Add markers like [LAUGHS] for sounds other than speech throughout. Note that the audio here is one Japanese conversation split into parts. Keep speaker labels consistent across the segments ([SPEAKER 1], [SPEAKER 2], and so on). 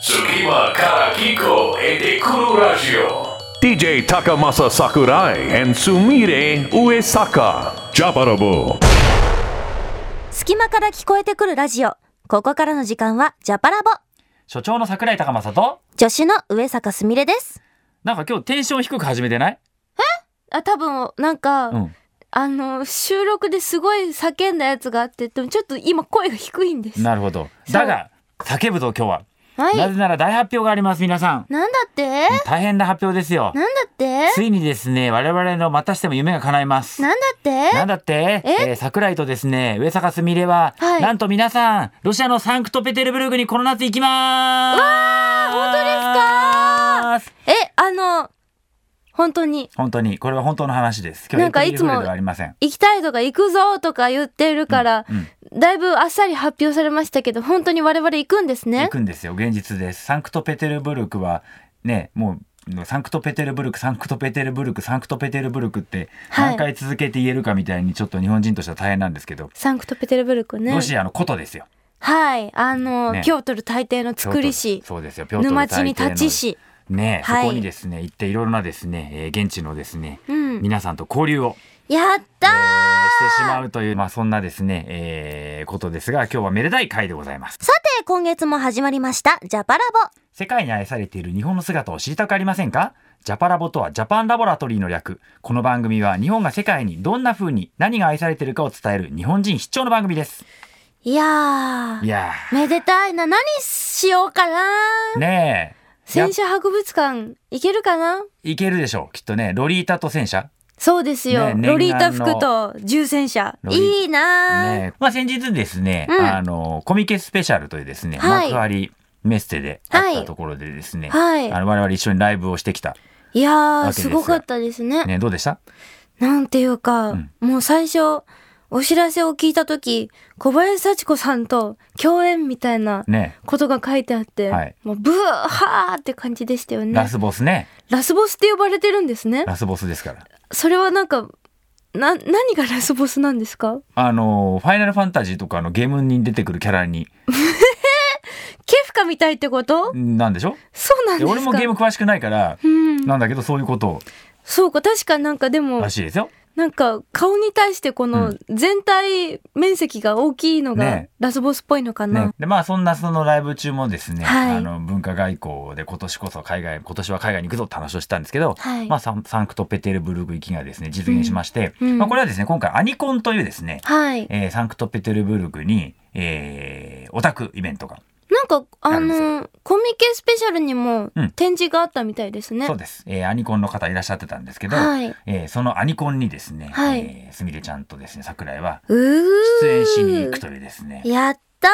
[SPEAKER 1] Tsukima Karakiko e Dekuru Radio.
[SPEAKER 2] DJ Takamasa Sakurai and Sumire Uesaka. Japarabu.
[SPEAKER 3] 隙間から聞こえてくるラジオ。ここからの時間は、ジャパラボ。
[SPEAKER 4] 所長の桜井高正と
[SPEAKER 3] 助手の上坂すみれです。
[SPEAKER 4] なんか今日テンション低く始めてない
[SPEAKER 3] あ、多分、なんか、
[SPEAKER 4] うん
[SPEAKER 3] あの、収録ですごい叫んだやつがあって、でもちょっと今声が低いんです。
[SPEAKER 4] なるほどだが叫ぶぞ今日は、
[SPEAKER 3] はい。
[SPEAKER 4] な
[SPEAKER 3] なん
[SPEAKER 4] ぜなら大発表があります皆さん
[SPEAKER 3] だって
[SPEAKER 4] 大変な発表ですよ
[SPEAKER 3] なんだって
[SPEAKER 4] ついにですね我々のまたしても夢が叶います
[SPEAKER 3] なんだって
[SPEAKER 4] なんだって、
[SPEAKER 3] え
[SPEAKER 4] ー桜井とですね上坂すみれは、
[SPEAKER 3] はい
[SPEAKER 4] なんと皆さんロシアのサンクトペテルブルクにこの夏行きます
[SPEAKER 3] わ
[SPEAKER 4] 本当ですか
[SPEAKER 3] え、あの、本当に。
[SPEAKER 4] 本当にこれは本当の話です今日
[SPEAKER 3] なんかいつも
[SPEAKER 4] エイプリルフールではありません
[SPEAKER 3] 行きたいとか行くぞとか言ってるから、
[SPEAKER 4] うん
[SPEAKER 3] だいぶあっさり発表されましたけど、本当に我々行くんですね
[SPEAKER 4] 行。くんですよ現実ですサンクトペテルブルクはねもうサンクトペテルブルクサンクトペテルブルクサンクトペテルブルクって
[SPEAKER 3] はい
[SPEAKER 4] 何回続けて言えるかみたいにちょっと日本人としては大変なんですけど、
[SPEAKER 3] サンクトペテルブルクね。
[SPEAKER 4] ロシアのことですよ
[SPEAKER 3] はい、あの、
[SPEAKER 4] ね
[SPEAKER 3] ピョートル大帝の作り
[SPEAKER 4] ピョー
[SPEAKER 3] 師
[SPEAKER 4] トル、そうですよピョートル
[SPEAKER 3] 沼
[SPEAKER 4] 大
[SPEAKER 3] 地
[SPEAKER 4] 帝
[SPEAKER 3] に立
[SPEAKER 4] の
[SPEAKER 3] ち師。
[SPEAKER 4] ね
[SPEAKER 3] はい
[SPEAKER 4] そこにですね行っていろいろなですね、えー現地のですね、
[SPEAKER 3] うん。
[SPEAKER 4] 皆さんと交流を、
[SPEAKER 3] やった
[SPEAKER 4] え
[SPEAKER 3] ー、
[SPEAKER 4] ーしてしまうというまあそんなですね、えーことですが今日はめでたい回でございます
[SPEAKER 3] さて、今月も始まりました、ジャパラ
[SPEAKER 4] 世界に愛されている日本の姿を知りたくありませんかジャパラボとはジャパンラボラトリーの略。この番組は日本が世界にどんな風に何が愛されているかを伝える日本人必聴の番組です。
[SPEAKER 3] ボ。いやー、
[SPEAKER 4] いや
[SPEAKER 3] めでたいな、何しようかな
[SPEAKER 4] ー、ねえ。やっ
[SPEAKER 3] 戦車博物館、行けるかない
[SPEAKER 4] けるでしょう。きっとね、ロリータと戦車。
[SPEAKER 3] そうですよ、
[SPEAKER 4] ね
[SPEAKER 3] ロリータ
[SPEAKER 4] 念願の
[SPEAKER 3] 服と重戦車。
[SPEAKER 4] ロリ
[SPEAKER 3] いいなー、
[SPEAKER 4] ねえ。まあ先日ですね、
[SPEAKER 3] うん
[SPEAKER 4] あの、コミケスペシャルというですね、
[SPEAKER 3] はい
[SPEAKER 4] 幕張メッセであっ
[SPEAKER 3] は
[SPEAKER 4] た
[SPEAKER 3] い
[SPEAKER 4] ところでですね、
[SPEAKER 3] はい
[SPEAKER 4] あの我々一緒にライブをしてきた。
[SPEAKER 3] いや
[SPEAKER 4] わけ
[SPEAKER 3] ー、
[SPEAKER 4] です
[SPEAKER 3] す
[SPEAKER 4] よ
[SPEAKER 3] ごかったですね。
[SPEAKER 4] ね、どうでした
[SPEAKER 3] なんていうか、
[SPEAKER 4] ん
[SPEAKER 3] もう最初、お知らせを聞いたとき、小林幸子さんと共演みたいな
[SPEAKER 4] ね
[SPEAKER 3] ことが書いてあって、
[SPEAKER 4] はい
[SPEAKER 3] もうブーハーって感じでしたよね。
[SPEAKER 4] ラスボスね。
[SPEAKER 3] ラスボスって呼ばれてるんですね。
[SPEAKER 4] ラスボスですから。
[SPEAKER 3] それはなんか、な、何がラスボスなんですか
[SPEAKER 4] あの、ファイナルファンタジーとかのゲームに出てくるキャラに
[SPEAKER 3] ケフカみたいってこと
[SPEAKER 4] なんでしょ
[SPEAKER 3] そうなん
[SPEAKER 4] で
[SPEAKER 3] ですか
[SPEAKER 4] 俺もゲーム詳しくないから、
[SPEAKER 3] うん。
[SPEAKER 4] なんだけどそういうこと
[SPEAKER 3] そうか、確かなんかでも
[SPEAKER 4] ら、しいですよ。
[SPEAKER 3] なんか顔に対してこ
[SPEAKER 4] う
[SPEAKER 3] の全体面積が大きいのが
[SPEAKER 4] ね
[SPEAKER 3] ラスボスっぽいのかな。
[SPEAKER 4] ね、でまあそんなそのライブ中もですね、
[SPEAKER 3] はい
[SPEAKER 4] あの文化外交で今年こそ海外今年は海外に行くぞって話をしたんですけど、
[SPEAKER 3] はい
[SPEAKER 4] まあ、サンサンクトペテルブルク行きがですね実現しまして、
[SPEAKER 3] うんうん
[SPEAKER 4] まあ、これはですね今回アニコンというですね、
[SPEAKER 3] はい。
[SPEAKER 4] えーサンクトペテルブルクに、えーオタクイベントが、
[SPEAKER 3] なんか、あ
[SPEAKER 4] なる
[SPEAKER 3] の、コミケスペシャルにも
[SPEAKER 4] うん
[SPEAKER 3] 展示があったみたいですね。
[SPEAKER 4] そうです、えーアニコンの方いらっしゃってたんですけど、
[SPEAKER 3] はい。
[SPEAKER 4] えーそのアニコンにですね、
[SPEAKER 3] はい
[SPEAKER 4] えーすみれちゃんとですね桜井は
[SPEAKER 3] うー
[SPEAKER 4] 出演しに行くというですね、
[SPEAKER 3] やった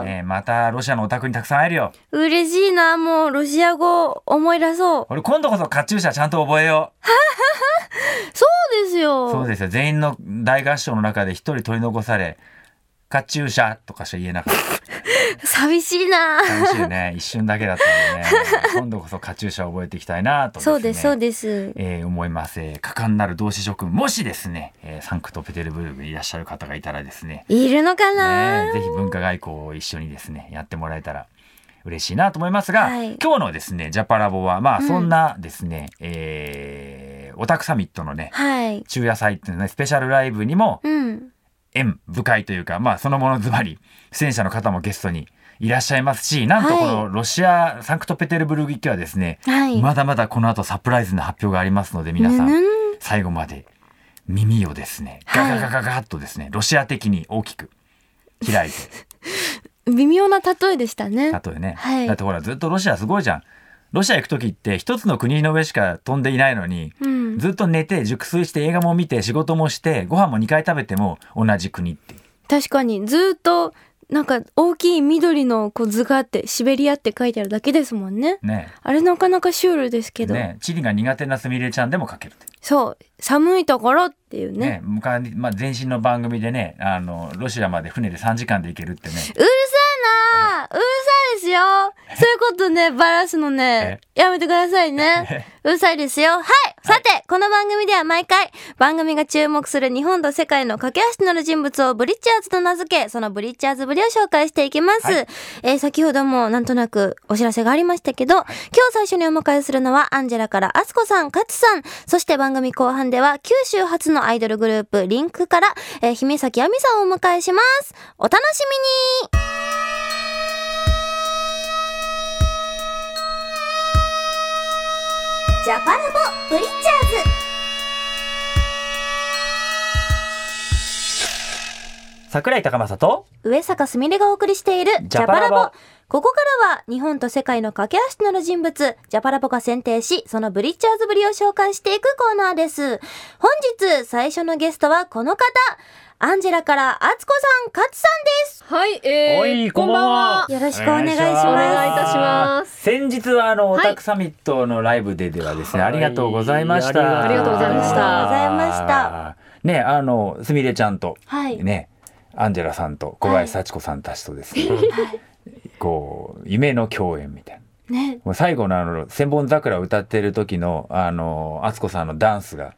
[SPEAKER 3] ー、
[SPEAKER 4] ねまたロシアのオタクにたくさん会えるよ。
[SPEAKER 3] 嬉しいな、もうロシア語思い出そう。
[SPEAKER 4] 俺今度こそカチューシャちゃんと覚えよ
[SPEAKER 3] そうです
[SPEAKER 4] う。
[SPEAKER 3] よ。
[SPEAKER 4] そうですよ。全員の大合唱の中で一人取り残され、カチューシャとかしか言えなかった。
[SPEAKER 3] 寂しいな。
[SPEAKER 4] 楽し
[SPEAKER 3] [LAUGHS]
[SPEAKER 4] いね。一瞬だけだったんでね。今度こそカチューシャ覚えていきたいなと、
[SPEAKER 3] そうです、そう
[SPEAKER 4] すね。
[SPEAKER 3] です。
[SPEAKER 4] えー思います、えー果敢なる同志諸君もしですね、えーサンクトペテルブルクにいらっしゃる方がいたらですね
[SPEAKER 3] いるのかな、
[SPEAKER 4] ねぜひ文化外交を一緒にですねやってもらえたら嬉しいなと思いますが、
[SPEAKER 3] はい
[SPEAKER 4] 今日のですねジャパラボはまあ
[SPEAKER 3] うん
[SPEAKER 4] そんなですね、えーオタクサミットのね
[SPEAKER 3] はい。
[SPEAKER 4] 昼夜祭っていうねスペシャルライブにも
[SPEAKER 3] うん。
[SPEAKER 4] 縁深いというかまあそのものズバリ出演者の方もゲストにいらっしゃいますしなんと
[SPEAKER 3] はい
[SPEAKER 4] このロシアサンクトペテルブルク行きはですね、
[SPEAKER 3] はい。
[SPEAKER 4] まだまだこの後サプライズの発表がありますので皆さ
[SPEAKER 3] ぬ
[SPEAKER 4] ん
[SPEAKER 3] ぬ
[SPEAKER 4] 最後まで耳をですねガガガガガッとですねロシア的に大きく開いて
[SPEAKER 3] ん微妙な例えでしたね。
[SPEAKER 4] 例えね、
[SPEAKER 3] はい
[SPEAKER 4] だってほらずっとロシアすごいじゃんロシア行く時って一つの国の上しか飛んでいないのに、
[SPEAKER 3] うん。
[SPEAKER 4] ずっと寝て熟睡して映画も見て仕事もしてご飯も2回食べても同じ国っていう
[SPEAKER 3] 確かに、ずーっと、なんか大きい緑のこう図があって、シベリアって書いてあるだけですもんね。
[SPEAKER 4] ね
[SPEAKER 3] あれなかなかシュールですけど、
[SPEAKER 4] ね地理が苦手なすみれちゃんでも書けるって
[SPEAKER 3] そう、寒いところっていうね。
[SPEAKER 4] ね昔、まあ、前身の番組でねあのロシアまで船で3時間で行けるってね
[SPEAKER 3] うるさいなーうるさいですよそういうことね、バラすのね、やめてくださいね。うるさいですよ。はい、さて、この番組では毎回、番組が注目する日本と世界の架け橋となる人物をブリッチャーズと名付け、そのブリッチャーズぶりを紹介していきます。
[SPEAKER 4] は
[SPEAKER 3] えー先ほどもなんとなくお知らせがありましたけど、今日最初にお迎えするのは、アンジェラからアスコさん、カツさん、そして番組後半では、九州初のアイドルグループ、リンクから、えー、姫崎亜美さんをお迎えします。お楽しみにジャパラボブリッチャーズ
[SPEAKER 4] 桜井高政と
[SPEAKER 3] 上坂すみれがお送りしているジ
[SPEAKER 4] ジ
[SPEAKER 3] ャ
[SPEAKER 4] ャ
[SPEAKER 3] パラ
[SPEAKER 4] パラボ
[SPEAKER 3] ボここからは日本と世界の架け橋となる人物ジャパラボが選定しそのブリッチャーズぶりを紹介していくコーナーです本日最初のゲストはこの方アンジェラからあつこさん勝さん
[SPEAKER 5] はい、えー、
[SPEAKER 4] おいこんばんは
[SPEAKER 3] ですよろしくお願いします
[SPEAKER 5] お願いいたします。
[SPEAKER 4] 先日はあのオ
[SPEAKER 5] い
[SPEAKER 4] タクサミットのライブでではですね、
[SPEAKER 6] はい
[SPEAKER 4] ありがとうございました
[SPEAKER 5] ありがとうございました
[SPEAKER 3] ありがとうございました
[SPEAKER 4] ねあのすみれちゃんと
[SPEAKER 3] はい
[SPEAKER 4] ねアンジェラさんと小林幸子さんたちとですね、 [LAUGHS] こう夢の共演みたいな
[SPEAKER 3] ね
[SPEAKER 4] もう最後のあの千本桜を歌ってる時のあの敦子さんのダンスが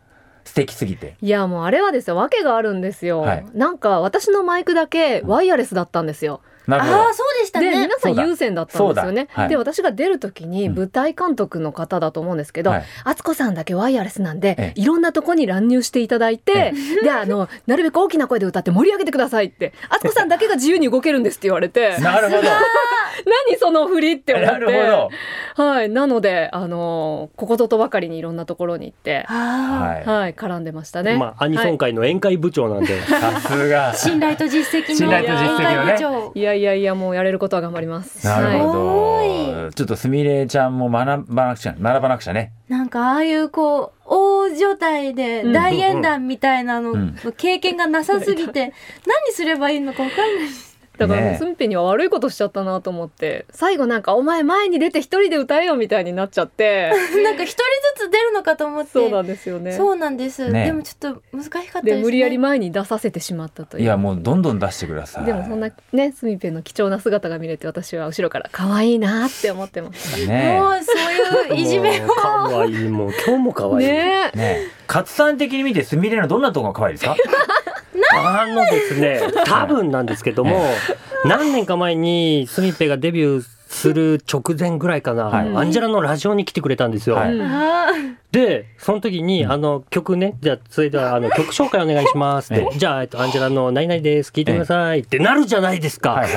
[SPEAKER 4] 素敵すぎて
[SPEAKER 5] いやもうあれはですよ訳があるんですよ、
[SPEAKER 4] はい
[SPEAKER 5] なんか私のマイクだけワイヤレスだったんですよ、
[SPEAKER 4] なるほど
[SPEAKER 3] ああそうでした
[SPEAKER 5] で
[SPEAKER 3] ね
[SPEAKER 5] 皆さん有線だったんですよ
[SPEAKER 4] そうだ
[SPEAKER 5] ね、
[SPEAKER 4] はい
[SPEAKER 5] で私が出る時に
[SPEAKER 4] うん
[SPEAKER 5] 舞台監督の方だと思うんですけど、
[SPEAKER 4] はい
[SPEAKER 5] 敦子さんだけワイヤレスなんで、
[SPEAKER 4] ええ
[SPEAKER 5] いろんなとこに乱入していただいて、であのなるべく大きな声で歌って盛り上げてください
[SPEAKER 4] [LAUGHS]
[SPEAKER 5] って敦子さんだけが自由に動けるんですって言われて
[SPEAKER 4] なるほど
[SPEAKER 5] 何その振りって思って
[SPEAKER 4] なるほど
[SPEAKER 5] はい、なので、あのーここととばかりにいろんなところに行って、
[SPEAKER 3] あ
[SPEAKER 4] はい
[SPEAKER 5] はい、絡んでましたね。
[SPEAKER 6] まあ、アニソン界の宴会部長なんで、
[SPEAKER 2] [LAUGHS]
[SPEAKER 4] さすが
[SPEAKER 3] あ信頼と実績
[SPEAKER 4] 信
[SPEAKER 3] の
[SPEAKER 4] 頼と実績を
[SPEAKER 3] 宴
[SPEAKER 4] ね
[SPEAKER 3] 会部長
[SPEAKER 5] いやいやいや、もうやれることは頑張ります。
[SPEAKER 4] なるほ
[SPEAKER 3] はい
[SPEAKER 4] どちょっとすみれちゃんも学ばなくちゃ学ばなくちゃね
[SPEAKER 3] なんかああいうこう大所帯で
[SPEAKER 5] うん
[SPEAKER 3] 大演談みたいなの
[SPEAKER 4] うん
[SPEAKER 3] 経験がなさすぎて何すればいいのかわかんないで
[SPEAKER 5] [LAUGHS]
[SPEAKER 3] す
[SPEAKER 5] だから、
[SPEAKER 4] ねえ
[SPEAKER 5] スンペには悪いことしちゃったなと思って、最後なんか、お前前に出て一人で歌えよみたいになっち
[SPEAKER 3] [LAUGHS]
[SPEAKER 5] ゃって。
[SPEAKER 3] なんか一人ずつ出るのかと思って
[SPEAKER 5] そうなんですよね。
[SPEAKER 3] そうなんです
[SPEAKER 4] ね
[SPEAKER 3] でもちょっと難しかったです
[SPEAKER 5] で、
[SPEAKER 3] ね
[SPEAKER 5] 無理やり前に出させてしまったという。
[SPEAKER 4] いやもうどんどん出してください
[SPEAKER 5] でもそんなねスミペの貴重な姿が見れて私は後ろから可愛いなって思ってます
[SPEAKER 4] ね
[SPEAKER 3] もうそういういじめを
[SPEAKER 5] [LAUGHS]
[SPEAKER 6] もう可愛い、もう今日も可愛い。
[SPEAKER 5] ねえ
[SPEAKER 4] ね勝さん的に見てすみれのどんなとこが可愛いですか
[SPEAKER 6] あのですね、多分なんですけ
[SPEAKER 4] [LAUGHS]
[SPEAKER 6] ども、何年か前にスミペがデビューする直前ぐらいかな、
[SPEAKER 4] はい
[SPEAKER 6] アンジェラのラジオに来てくれたんですよ。
[SPEAKER 4] はい
[SPEAKER 3] [LAUGHS]
[SPEAKER 5] うん
[SPEAKER 3] あ
[SPEAKER 6] で、その時に、あの曲ね、じゃあ、それではあの曲紹介お願いしますって
[SPEAKER 4] え、
[SPEAKER 6] じゃあ、えっと、アンジェラの何々です、聞いてくださいってなるじゃないですか。
[SPEAKER 4] はいはい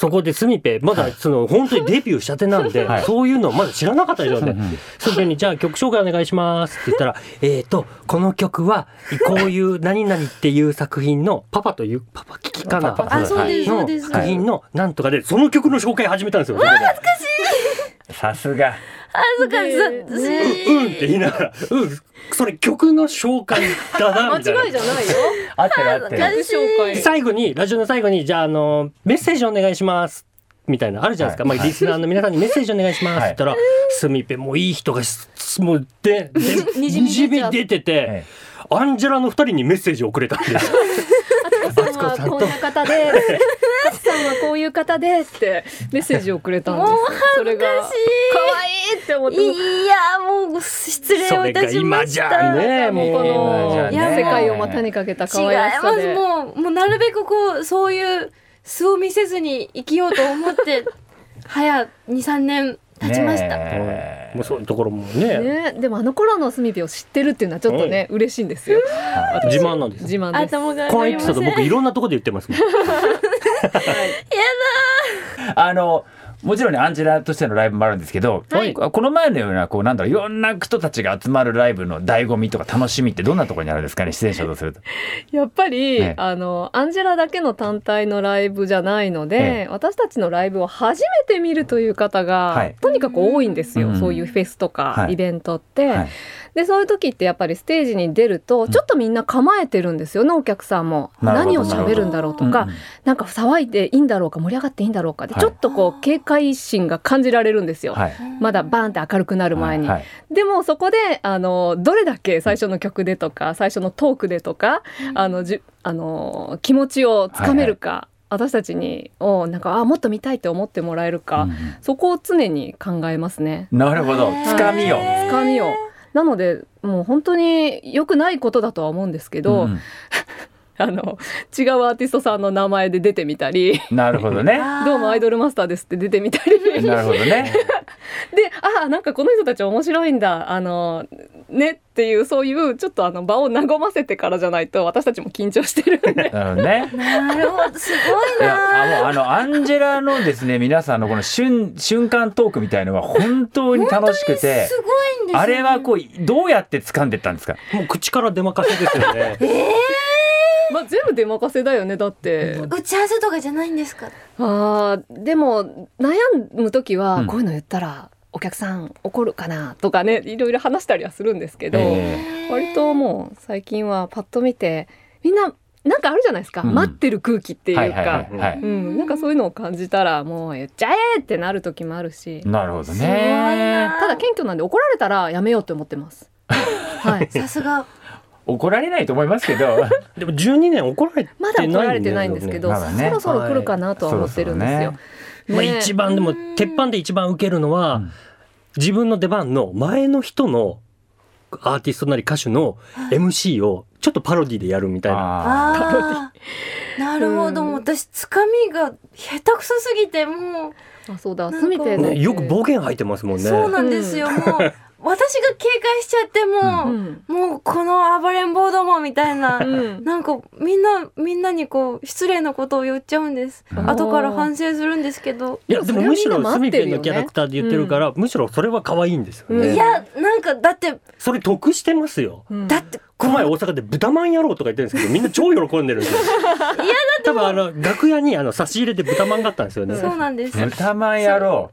[SPEAKER 6] そこでスミペ、まだその本当にデビューしたてなんで、
[SPEAKER 4] はい
[SPEAKER 6] そういうのまだ知らなかったでしょうね
[SPEAKER 4] うんうん。
[SPEAKER 6] スミペに、じゃあ曲紹介お願いしますって言ったら、 [LAUGHS] えっと、この曲は、こういう何々っていう作品の、パパという、パパ聞きかな
[SPEAKER 4] パパ
[SPEAKER 3] あそうですそうで
[SPEAKER 6] の
[SPEAKER 3] す
[SPEAKER 6] 作品のなんとかで、その曲の紹介始めたんですよ。それで
[SPEAKER 4] さすが
[SPEAKER 3] そうか
[SPEAKER 5] ね
[SPEAKER 3] ず
[SPEAKER 6] うんって言いながら、うん、それ曲の紹介だな、みたいな。
[SPEAKER 5] [LAUGHS] 間違いじゃないよ
[SPEAKER 4] 合ってる合ってる
[SPEAKER 3] あ
[SPEAKER 5] 自己紹介
[SPEAKER 6] 最後にラジオの最後にじゃああのメッセージお願いしますみたいなあるじゃないですか、
[SPEAKER 4] はい
[SPEAKER 6] まあ、リスナーの皆さんにメッセージお願いしますって
[SPEAKER 4] はい
[SPEAKER 6] 言ったら「すみぺもういい人がすもうでで
[SPEAKER 3] に
[SPEAKER 6] に
[SPEAKER 3] じ
[SPEAKER 6] じ
[SPEAKER 3] み出
[SPEAKER 6] み
[SPEAKER 3] ちゃう
[SPEAKER 6] 出てて、
[SPEAKER 4] え
[SPEAKER 6] アンジェラの二人にメッセージをくれたんです。
[SPEAKER 5] さんはこんな方で、カ [LAUGHS] ツさんはこういう方でってメッセージをくれたんです。
[SPEAKER 3] もう
[SPEAKER 5] それが
[SPEAKER 3] 恥ずかし
[SPEAKER 5] 可愛いって思って。
[SPEAKER 3] いいやもう失礼をいたしまし
[SPEAKER 6] それが今じゃ
[SPEAKER 3] た
[SPEAKER 6] あね
[SPEAKER 5] もうこの
[SPEAKER 4] いや
[SPEAKER 5] 世界を股にかけた
[SPEAKER 3] 違い
[SPEAKER 5] 可愛らし
[SPEAKER 3] ま
[SPEAKER 5] さ
[SPEAKER 3] す
[SPEAKER 5] で。
[SPEAKER 3] もうもうなるべくこうそういう素を見せずに生きようと思って [LAUGHS] 早23年経ちました、
[SPEAKER 4] ねえ
[SPEAKER 6] もうそういうところもね
[SPEAKER 5] ね、でもあの頃のスミピを知ってるっていうのはちょっとね、嬉しいんですよ。
[SPEAKER 6] 自慢なんです。
[SPEAKER 5] 自慢です。
[SPEAKER 3] 頭が上
[SPEAKER 6] こ
[SPEAKER 3] が
[SPEAKER 6] の
[SPEAKER 3] り
[SPEAKER 6] エ
[SPEAKER 3] ま
[SPEAKER 6] ピ
[SPEAKER 3] せ
[SPEAKER 6] ソー
[SPEAKER 3] ん
[SPEAKER 6] ド僕いろんなところで言ってますもん。
[SPEAKER 4] あのもちろんねアンジェラとしてのライブもあるんですけど、
[SPEAKER 5] はい
[SPEAKER 4] この前のようなこうなんだろういろんな人たちが集まるライブの醍醐味とか楽しみってどんなところにあるんですかね出演者とすると。
[SPEAKER 5] やっぱり、
[SPEAKER 4] ね
[SPEAKER 5] あのアンジェラだけの単体のライブじゃないので、
[SPEAKER 4] え
[SPEAKER 5] 私たちのライブを初めて見るという方が、
[SPEAKER 4] はい
[SPEAKER 5] とにかく多いんですよ、
[SPEAKER 4] うん
[SPEAKER 5] そういうフェスとか、
[SPEAKER 4] はい
[SPEAKER 5] イベントって、
[SPEAKER 4] はい
[SPEAKER 5] でそういう時ってやっぱりステージに出るとちょっとみんな構えてるんですよね、お客さんも
[SPEAKER 4] なるほ
[SPEAKER 5] 何
[SPEAKER 4] ど
[SPEAKER 5] を喋るんだろうとか、
[SPEAKER 4] うんうん
[SPEAKER 5] なんか騒いでいいんだろうか盛り上がっていいんだろうかで、
[SPEAKER 4] はい
[SPEAKER 5] ちょっとこう警戒心が感じられるんですよ、
[SPEAKER 4] はい
[SPEAKER 5] まだバーンって明るくなる前に、
[SPEAKER 4] はい
[SPEAKER 5] でもそこであのどれだけ最初の曲でとか最初のトークでとかあのじゅあの気持ちをつかめるか、私たちにをなんかあもっと見たいって思ってもらえるか、
[SPEAKER 4] うん
[SPEAKER 5] そこを常に考えますね。
[SPEAKER 4] なるほどつかみを
[SPEAKER 5] つかみをなのでもう本当に良くないことだとは思うんですけ
[SPEAKER 4] う
[SPEAKER 5] ど、
[SPEAKER 4] ん
[SPEAKER 5] あの違うアーティストさんの名前で出てみたり
[SPEAKER 4] なるほ
[SPEAKER 3] [LAUGHS]
[SPEAKER 4] どね
[SPEAKER 5] 「どうもアイドルマスターです」って出てみた
[SPEAKER 4] [LAUGHS]
[SPEAKER 5] りで
[SPEAKER 4] なるほどね
[SPEAKER 5] ああなんかこの人たち面白いんだあのねっていうそういうちょっとあの場を和ませてからじゃないと私たちも緊張してる
[SPEAKER 4] [LAUGHS]
[SPEAKER 5] ん
[SPEAKER 4] なる
[SPEAKER 5] で
[SPEAKER 4] ほどね
[SPEAKER 3] なるほどすご
[SPEAKER 4] い
[SPEAKER 3] い
[SPEAKER 4] やあ
[SPEAKER 3] な
[SPEAKER 4] もうあのアンジェラのですね皆さんのこの瞬瞬間トークみたいのは本当に楽しくて
[SPEAKER 3] すごいんですよ
[SPEAKER 4] あれはこうどうやって掴んでったんですか
[SPEAKER 6] もう口から出まかせですよ
[SPEAKER 5] [LAUGHS]
[SPEAKER 6] ね。
[SPEAKER 5] まあ全部出任せだよねだって。
[SPEAKER 3] 打ち合わせとかじゃないんですか
[SPEAKER 5] あーでも悩む時は、
[SPEAKER 4] うん
[SPEAKER 5] こういうの言ったらお客さん怒るかなとかねいろいろ話したりはするんですけど、
[SPEAKER 4] え
[SPEAKER 5] 割ともう最近はパッと見てみんななんかあるじゃないですか、
[SPEAKER 4] うん
[SPEAKER 5] 待ってる空気ってい
[SPEAKER 4] ー
[SPEAKER 5] うか、
[SPEAKER 4] はいはいはいはい
[SPEAKER 5] うん、なんかそういうのを感じたらもう言っちゃえってなる時もあるし
[SPEAKER 4] なるほど
[SPEAKER 3] すごい
[SPEAKER 4] ね
[SPEAKER 3] な
[SPEAKER 5] ただ謙虚なんで怒られたらやめようって思って [LAUGHS] ます。はい、
[SPEAKER 3] さすが
[SPEAKER 4] 怒られないと思いますけど
[SPEAKER 6] でも12年怒られてな
[SPEAKER 5] ま
[SPEAKER 6] いだ
[SPEAKER 5] だ
[SPEAKER 6] よね
[SPEAKER 5] 怒られてないんですけど、
[SPEAKER 4] まだね
[SPEAKER 5] そろそろ来るかなとは思ってるんですよ。
[SPEAKER 4] はい
[SPEAKER 6] まあ、
[SPEAKER 5] ね
[SPEAKER 6] 一番でも
[SPEAKER 3] うん
[SPEAKER 6] 鉄板で一番受けるのは、
[SPEAKER 4] うん
[SPEAKER 6] 自分の出番の前の人のアーティストなり歌手の MC をちょっとパロディでやるみたいな。
[SPEAKER 4] あ
[SPEAKER 3] ああなるほど、
[SPEAKER 5] うん
[SPEAKER 3] もう私つかみが下手くそすぎてもう
[SPEAKER 5] あそうだ、
[SPEAKER 3] なんか
[SPEAKER 5] すみて
[SPEAKER 6] ね、よく暴言吐いてますもんね。
[SPEAKER 3] そうなんですよ、もう私が警戒しちゃって
[SPEAKER 5] う
[SPEAKER 3] も
[SPEAKER 5] ん、
[SPEAKER 3] う、もうこの暴れん坊どもみたいな、
[SPEAKER 5] うん、
[SPEAKER 3] なんかみんなみんなにこう失礼なことを言っちゃうんです、
[SPEAKER 5] ん
[SPEAKER 3] 後から反省するんですけど、
[SPEAKER 6] いやで
[SPEAKER 5] そ
[SPEAKER 6] も
[SPEAKER 5] れは
[SPEAKER 6] むしろ
[SPEAKER 5] みんな
[SPEAKER 6] ス
[SPEAKER 5] 待っ
[SPEAKER 6] ミ
[SPEAKER 5] て
[SPEAKER 6] ペ
[SPEAKER 5] る
[SPEAKER 6] ン
[SPEAKER 5] よね
[SPEAKER 6] のキャラクターで言ってるから、むしろそれは可愛いんですよ
[SPEAKER 5] うん
[SPEAKER 6] ね。
[SPEAKER 3] いやなんかだって
[SPEAKER 6] それ得してますよ。
[SPEAKER 5] うん
[SPEAKER 3] だって
[SPEAKER 6] この前大阪で豚まんやろうとか言ってるんですけど、みんな超喜んでるんですよ。多分あの楽屋にあの差し入れで豚まんがあったんですよね。
[SPEAKER 3] そうなんです、
[SPEAKER 4] ー豚まん野郎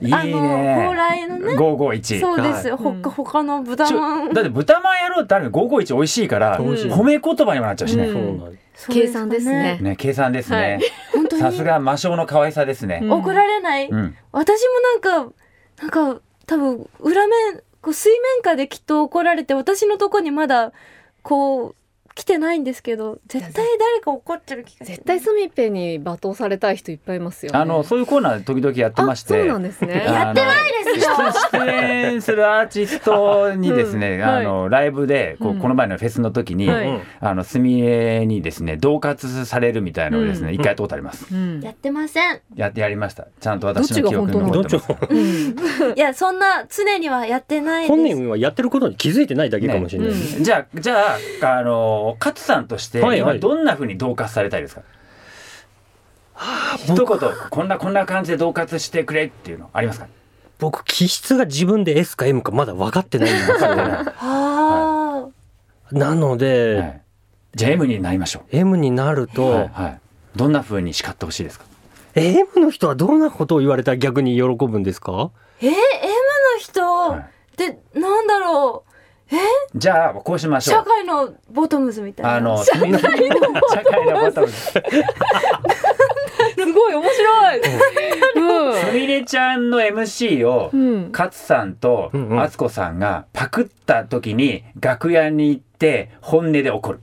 [SPEAKER 4] いい
[SPEAKER 3] あの蓬
[SPEAKER 4] ね
[SPEAKER 3] 莱のね
[SPEAKER 4] 五五一
[SPEAKER 3] そうです、
[SPEAKER 5] はい
[SPEAKER 3] ほか他の豚まん
[SPEAKER 4] だって豚まん野郎ってある五五一美味しいから
[SPEAKER 6] 美
[SPEAKER 5] 味しい
[SPEAKER 4] 褒め言葉にもなっちゃうし
[SPEAKER 5] う
[SPEAKER 4] ね
[SPEAKER 5] ん
[SPEAKER 6] そうなんです
[SPEAKER 3] そう
[SPEAKER 5] 計算ですね
[SPEAKER 4] ね計算です
[SPEAKER 5] はい
[SPEAKER 4] ね
[SPEAKER 3] 本当
[SPEAKER 4] さ
[SPEAKER 3] に
[SPEAKER 4] すが魔性の可愛さですね
[SPEAKER 5] うん
[SPEAKER 3] 怒られない、
[SPEAKER 4] うん
[SPEAKER 3] 私もなんかなんか多分裏面こう水面下できっと怒られて私のとこにまだこう来てないんですけど絶対誰か怒ってる気がする
[SPEAKER 5] 絶対スミペに罵倒されたい人いっぱいいますよ、ね。
[SPEAKER 4] あのそういうコーナー時々やってまして
[SPEAKER 5] あそうなんですね。
[SPEAKER 4] やってないです出出演するアーティストにですね、
[SPEAKER 5] うん
[SPEAKER 4] あのライブでこう
[SPEAKER 5] うん
[SPEAKER 4] この前のフェスの時に、
[SPEAKER 5] は
[SPEAKER 6] う
[SPEAKER 5] い
[SPEAKER 6] ん
[SPEAKER 4] あのすみれにですね同喝されるみたいのをですね
[SPEAKER 5] う
[SPEAKER 4] [LAUGHS] 一、回やったことあります。
[SPEAKER 5] うん
[SPEAKER 3] やってません
[SPEAKER 4] やってやりました。ちゃんと私の記憶に残
[SPEAKER 6] ど
[SPEAKER 4] っ
[SPEAKER 6] ってち
[SPEAKER 4] ま
[SPEAKER 6] も
[SPEAKER 4] す。
[SPEAKER 5] うん
[SPEAKER 3] いやそんな常にはやってない
[SPEAKER 6] 本
[SPEAKER 3] です
[SPEAKER 6] 人はやってることに気づいてないだけかもしれない。
[SPEAKER 5] ね
[SPEAKER 4] じゃあじゃああの勝さんとして
[SPEAKER 6] はいは
[SPEAKER 4] 今
[SPEAKER 6] い
[SPEAKER 4] どんな風に同喝されたいですか。一言こんなこんな感じで同喝してくれっていうのありますか。
[SPEAKER 6] 僕気質が自分で S か M かまだ分かってないんです
[SPEAKER 4] [LAUGHS]
[SPEAKER 6] よね。
[SPEAKER 3] あ
[SPEAKER 6] なので、
[SPEAKER 4] はい。じゃあ M になりましょ
[SPEAKER 6] M になると、
[SPEAKER 4] う。はい、はい。どんな風に叱ってほしいですか。
[SPEAKER 6] え M の人はどんなことを言われたら逆に喜ぶんですか？
[SPEAKER 3] ーえー M の人
[SPEAKER 4] は
[SPEAKER 3] っ
[SPEAKER 4] い
[SPEAKER 3] てなんだろう
[SPEAKER 4] じゃあこうしましょ
[SPEAKER 3] 社
[SPEAKER 4] う。
[SPEAKER 3] 会のボトムズみたいな
[SPEAKER 4] あの社会のボトムズ。
[SPEAKER 5] すごい面白い。
[SPEAKER 4] すみれちゃんの MC を
[SPEAKER 5] うん。うん。
[SPEAKER 4] 勝さんと
[SPEAKER 6] うんうん
[SPEAKER 4] 敦子さんがパクった時に楽屋に行って本音で怒る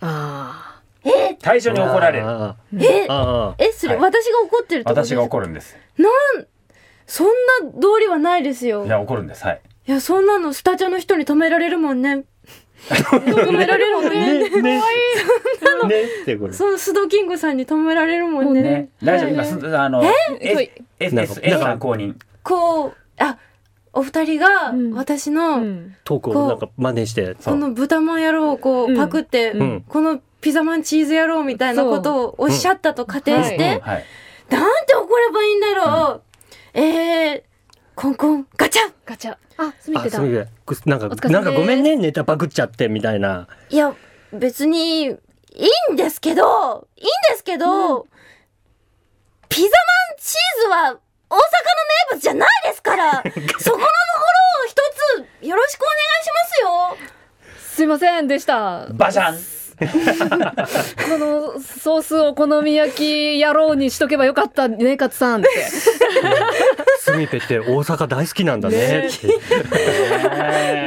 [SPEAKER 5] ああ。
[SPEAKER 4] 対象に怒られる
[SPEAKER 6] あ
[SPEAKER 3] え
[SPEAKER 6] ーあ
[SPEAKER 3] えそれ、
[SPEAKER 4] はい
[SPEAKER 3] 私が怒ってるってことです
[SPEAKER 4] 私
[SPEAKER 3] か
[SPEAKER 4] が怒るんです
[SPEAKER 3] そんな道理はないですよ
[SPEAKER 4] いや怒るんですはい
[SPEAKER 3] いや、そんなのスタジオの人に止められるもんね。止められるもん
[SPEAKER 6] ー。
[SPEAKER 3] ね。
[SPEAKER 6] ねね。ねってこれ。
[SPEAKER 3] その須藤キングさんに止められるもんね。
[SPEAKER 4] ね大丈夫今すあの
[SPEAKER 5] そう
[SPEAKER 4] SSS さん公認
[SPEAKER 3] こう、あ、お二人が
[SPEAKER 5] うん
[SPEAKER 3] 私の、
[SPEAKER 5] うん。
[SPEAKER 6] トークをなんか真似して。
[SPEAKER 4] そ
[SPEAKER 3] こ
[SPEAKER 4] う
[SPEAKER 3] の豚まん野郎をこ
[SPEAKER 5] う
[SPEAKER 3] うんパクって、
[SPEAKER 6] うん
[SPEAKER 3] このピザマンチーズ野郎みたいなことをおっしゃったと仮定して、
[SPEAKER 5] うんは
[SPEAKER 4] はい
[SPEAKER 3] なんて怒ればいいんだろう。えー、コンコン、ガチャ
[SPEAKER 5] ガチャ。あ、すみ
[SPEAKER 6] あ
[SPEAKER 5] てだ
[SPEAKER 6] す。みれなんか
[SPEAKER 5] お疲れ様です
[SPEAKER 6] なんかごめんねネタパクっちゃってみたいな。
[SPEAKER 3] いや、別に、いいんですけど、いいんですけど、ピザマンチーズは大阪の名物じゃないですからそこのところを一つよろしくお願いしますよ
[SPEAKER 5] すいませんでした。こ
[SPEAKER 4] バシャン
[SPEAKER 5] のソースお好み焼き野郎にしとけばよかったね、勝さんって。
[SPEAKER 6] スミペって大阪大好きなんだねって。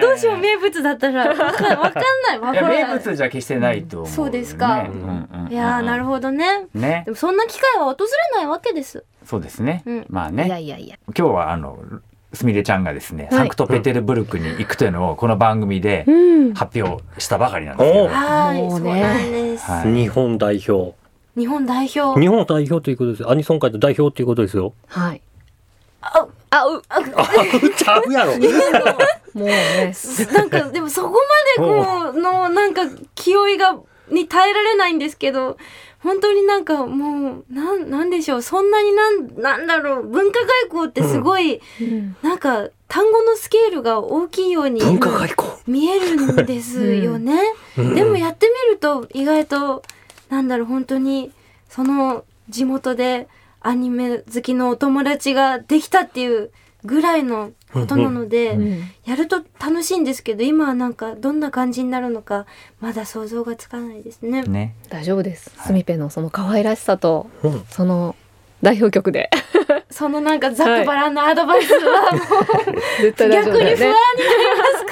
[SPEAKER 3] どうしよう名物だったらわかんわかんないわ
[SPEAKER 4] い
[SPEAKER 3] かん
[SPEAKER 4] や名
[SPEAKER 3] ない
[SPEAKER 4] 物じゃ決してないと思うよね、
[SPEAKER 3] そうですか
[SPEAKER 4] うんうんうん
[SPEAKER 3] いやーなるほどね
[SPEAKER 4] ね
[SPEAKER 3] でもそんな機会は訪れないわけです
[SPEAKER 4] そうですね、
[SPEAKER 3] うん
[SPEAKER 4] まあ
[SPEAKER 3] い
[SPEAKER 4] ね
[SPEAKER 3] やいやいや
[SPEAKER 4] 今日はあのすみれちゃんがですね、
[SPEAKER 3] はい
[SPEAKER 4] サンクトペテルブルクに行くというのをこの番組で
[SPEAKER 5] うん
[SPEAKER 4] 発表したばかりなんですけど、
[SPEAKER 6] おう
[SPEAKER 3] はい
[SPEAKER 5] も
[SPEAKER 3] そうう
[SPEAKER 5] ね
[SPEAKER 3] なんです
[SPEAKER 4] はい
[SPEAKER 6] 日本代表。
[SPEAKER 3] 日本代表
[SPEAKER 6] 日本代表ということです。アニソン界の代表ということですよ。
[SPEAKER 4] [LAUGHS]
[SPEAKER 5] はい
[SPEAKER 3] あ
[SPEAKER 5] あうあ
[SPEAKER 6] あ、ちゃうやろ。
[SPEAKER 5] もうね
[SPEAKER 3] なん
[SPEAKER 6] [LAUGHS]
[SPEAKER 3] かでもそこまでこうのなんか気負いがに耐えられないんですけど本当になんかもうなんなんでしょうそんなになんなんだろう文化外交ってすごい、なんか単語のスケールが大きいように
[SPEAKER 6] 文化外交。
[SPEAKER 3] 見えるんですよね、でもやってみると意外となんだろう本当にその地元でアニメ好きのお友達ができたっていうぐらいのことなので、やると楽しいんですけど今はなんかどんな感じになるのかまだ想像がつかないですね。
[SPEAKER 4] ね
[SPEAKER 5] 大丈夫ですスミペのその可愛らしさと
[SPEAKER 6] うん
[SPEAKER 5] その代表曲で
[SPEAKER 3] そのなんかざっくばらんのアドバイスはもう
[SPEAKER 5] 絶対大丈夫
[SPEAKER 3] 逆
[SPEAKER 5] だ
[SPEAKER 3] に
[SPEAKER 5] よ
[SPEAKER 3] 不安
[SPEAKER 5] ね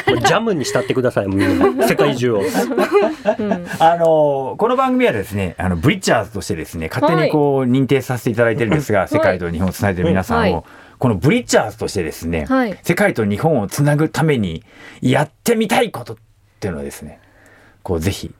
[SPEAKER 6] もうジャムに慕ってください、みんな。世界中を。 [LAUGHS]
[SPEAKER 4] あのこの番組はですねあのブリッチャーズとしてですね勝手にこう、認定させていただいてるんですが世界と日本をつないでる皆さんを、
[SPEAKER 5] はい
[SPEAKER 4] このブリッチャーズとしてですね、
[SPEAKER 5] はい
[SPEAKER 4] 世界と日本をつなぐためにやってみたいことっていうのはですねこうぜひ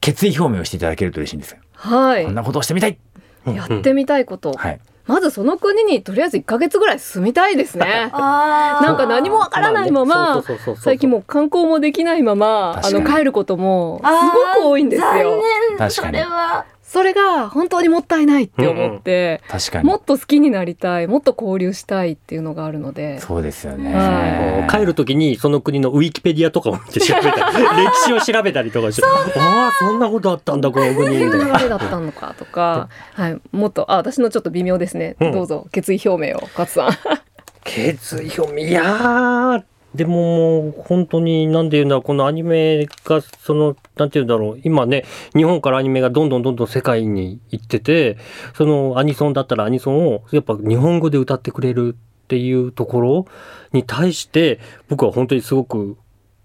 [SPEAKER 4] 決意表明をしていただけると嬉しいんですよ。
[SPEAKER 5] はい
[SPEAKER 4] こんなことをしてみたい、
[SPEAKER 5] やってみたいこと、
[SPEAKER 4] はい、
[SPEAKER 5] まずその国にとりあえず1ヶ月ぐらい住みたいですね
[SPEAKER 3] あー
[SPEAKER 5] なんか何もわからないまま
[SPEAKER 6] そうそうそうそうそう
[SPEAKER 5] 最近もう観光もできないままあ
[SPEAKER 4] 確か
[SPEAKER 5] の
[SPEAKER 4] に
[SPEAKER 5] 帰ることも
[SPEAKER 3] あー
[SPEAKER 5] すごく多いんですよ
[SPEAKER 3] 残念
[SPEAKER 4] 確か
[SPEAKER 3] そ
[SPEAKER 4] に
[SPEAKER 3] れは
[SPEAKER 5] それが本当にもったいないって思って、
[SPEAKER 4] 確かに
[SPEAKER 5] もっと好きになりたいもっと交流したいっていうのがあるので
[SPEAKER 4] そうですよね。
[SPEAKER 5] は
[SPEAKER 6] 帰るときにその国のウィキペディアとかを見て調べたり [LAUGHS] 歴史を調べたりとかしてああそんなことあったんだこの国み
[SPEAKER 5] こ
[SPEAKER 6] た
[SPEAKER 5] ん
[SPEAKER 6] い
[SPEAKER 5] な流れ
[SPEAKER 6] な
[SPEAKER 5] だったのかとか、はい、もっとあ私のちょっと微妙ですね、
[SPEAKER 6] うん
[SPEAKER 5] どうぞ決意表明を勝さん
[SPEAKER 6] 決意表明いやーでももう本当に何て言うんだろうこのアニメがその何て言うんだろう今ね日本からアニメがどんどんどんどん世界に行っててそのアニソンだったらアニソンをやっぱ日本語で歌ってくれるっていうところに対して僕は本当にすごく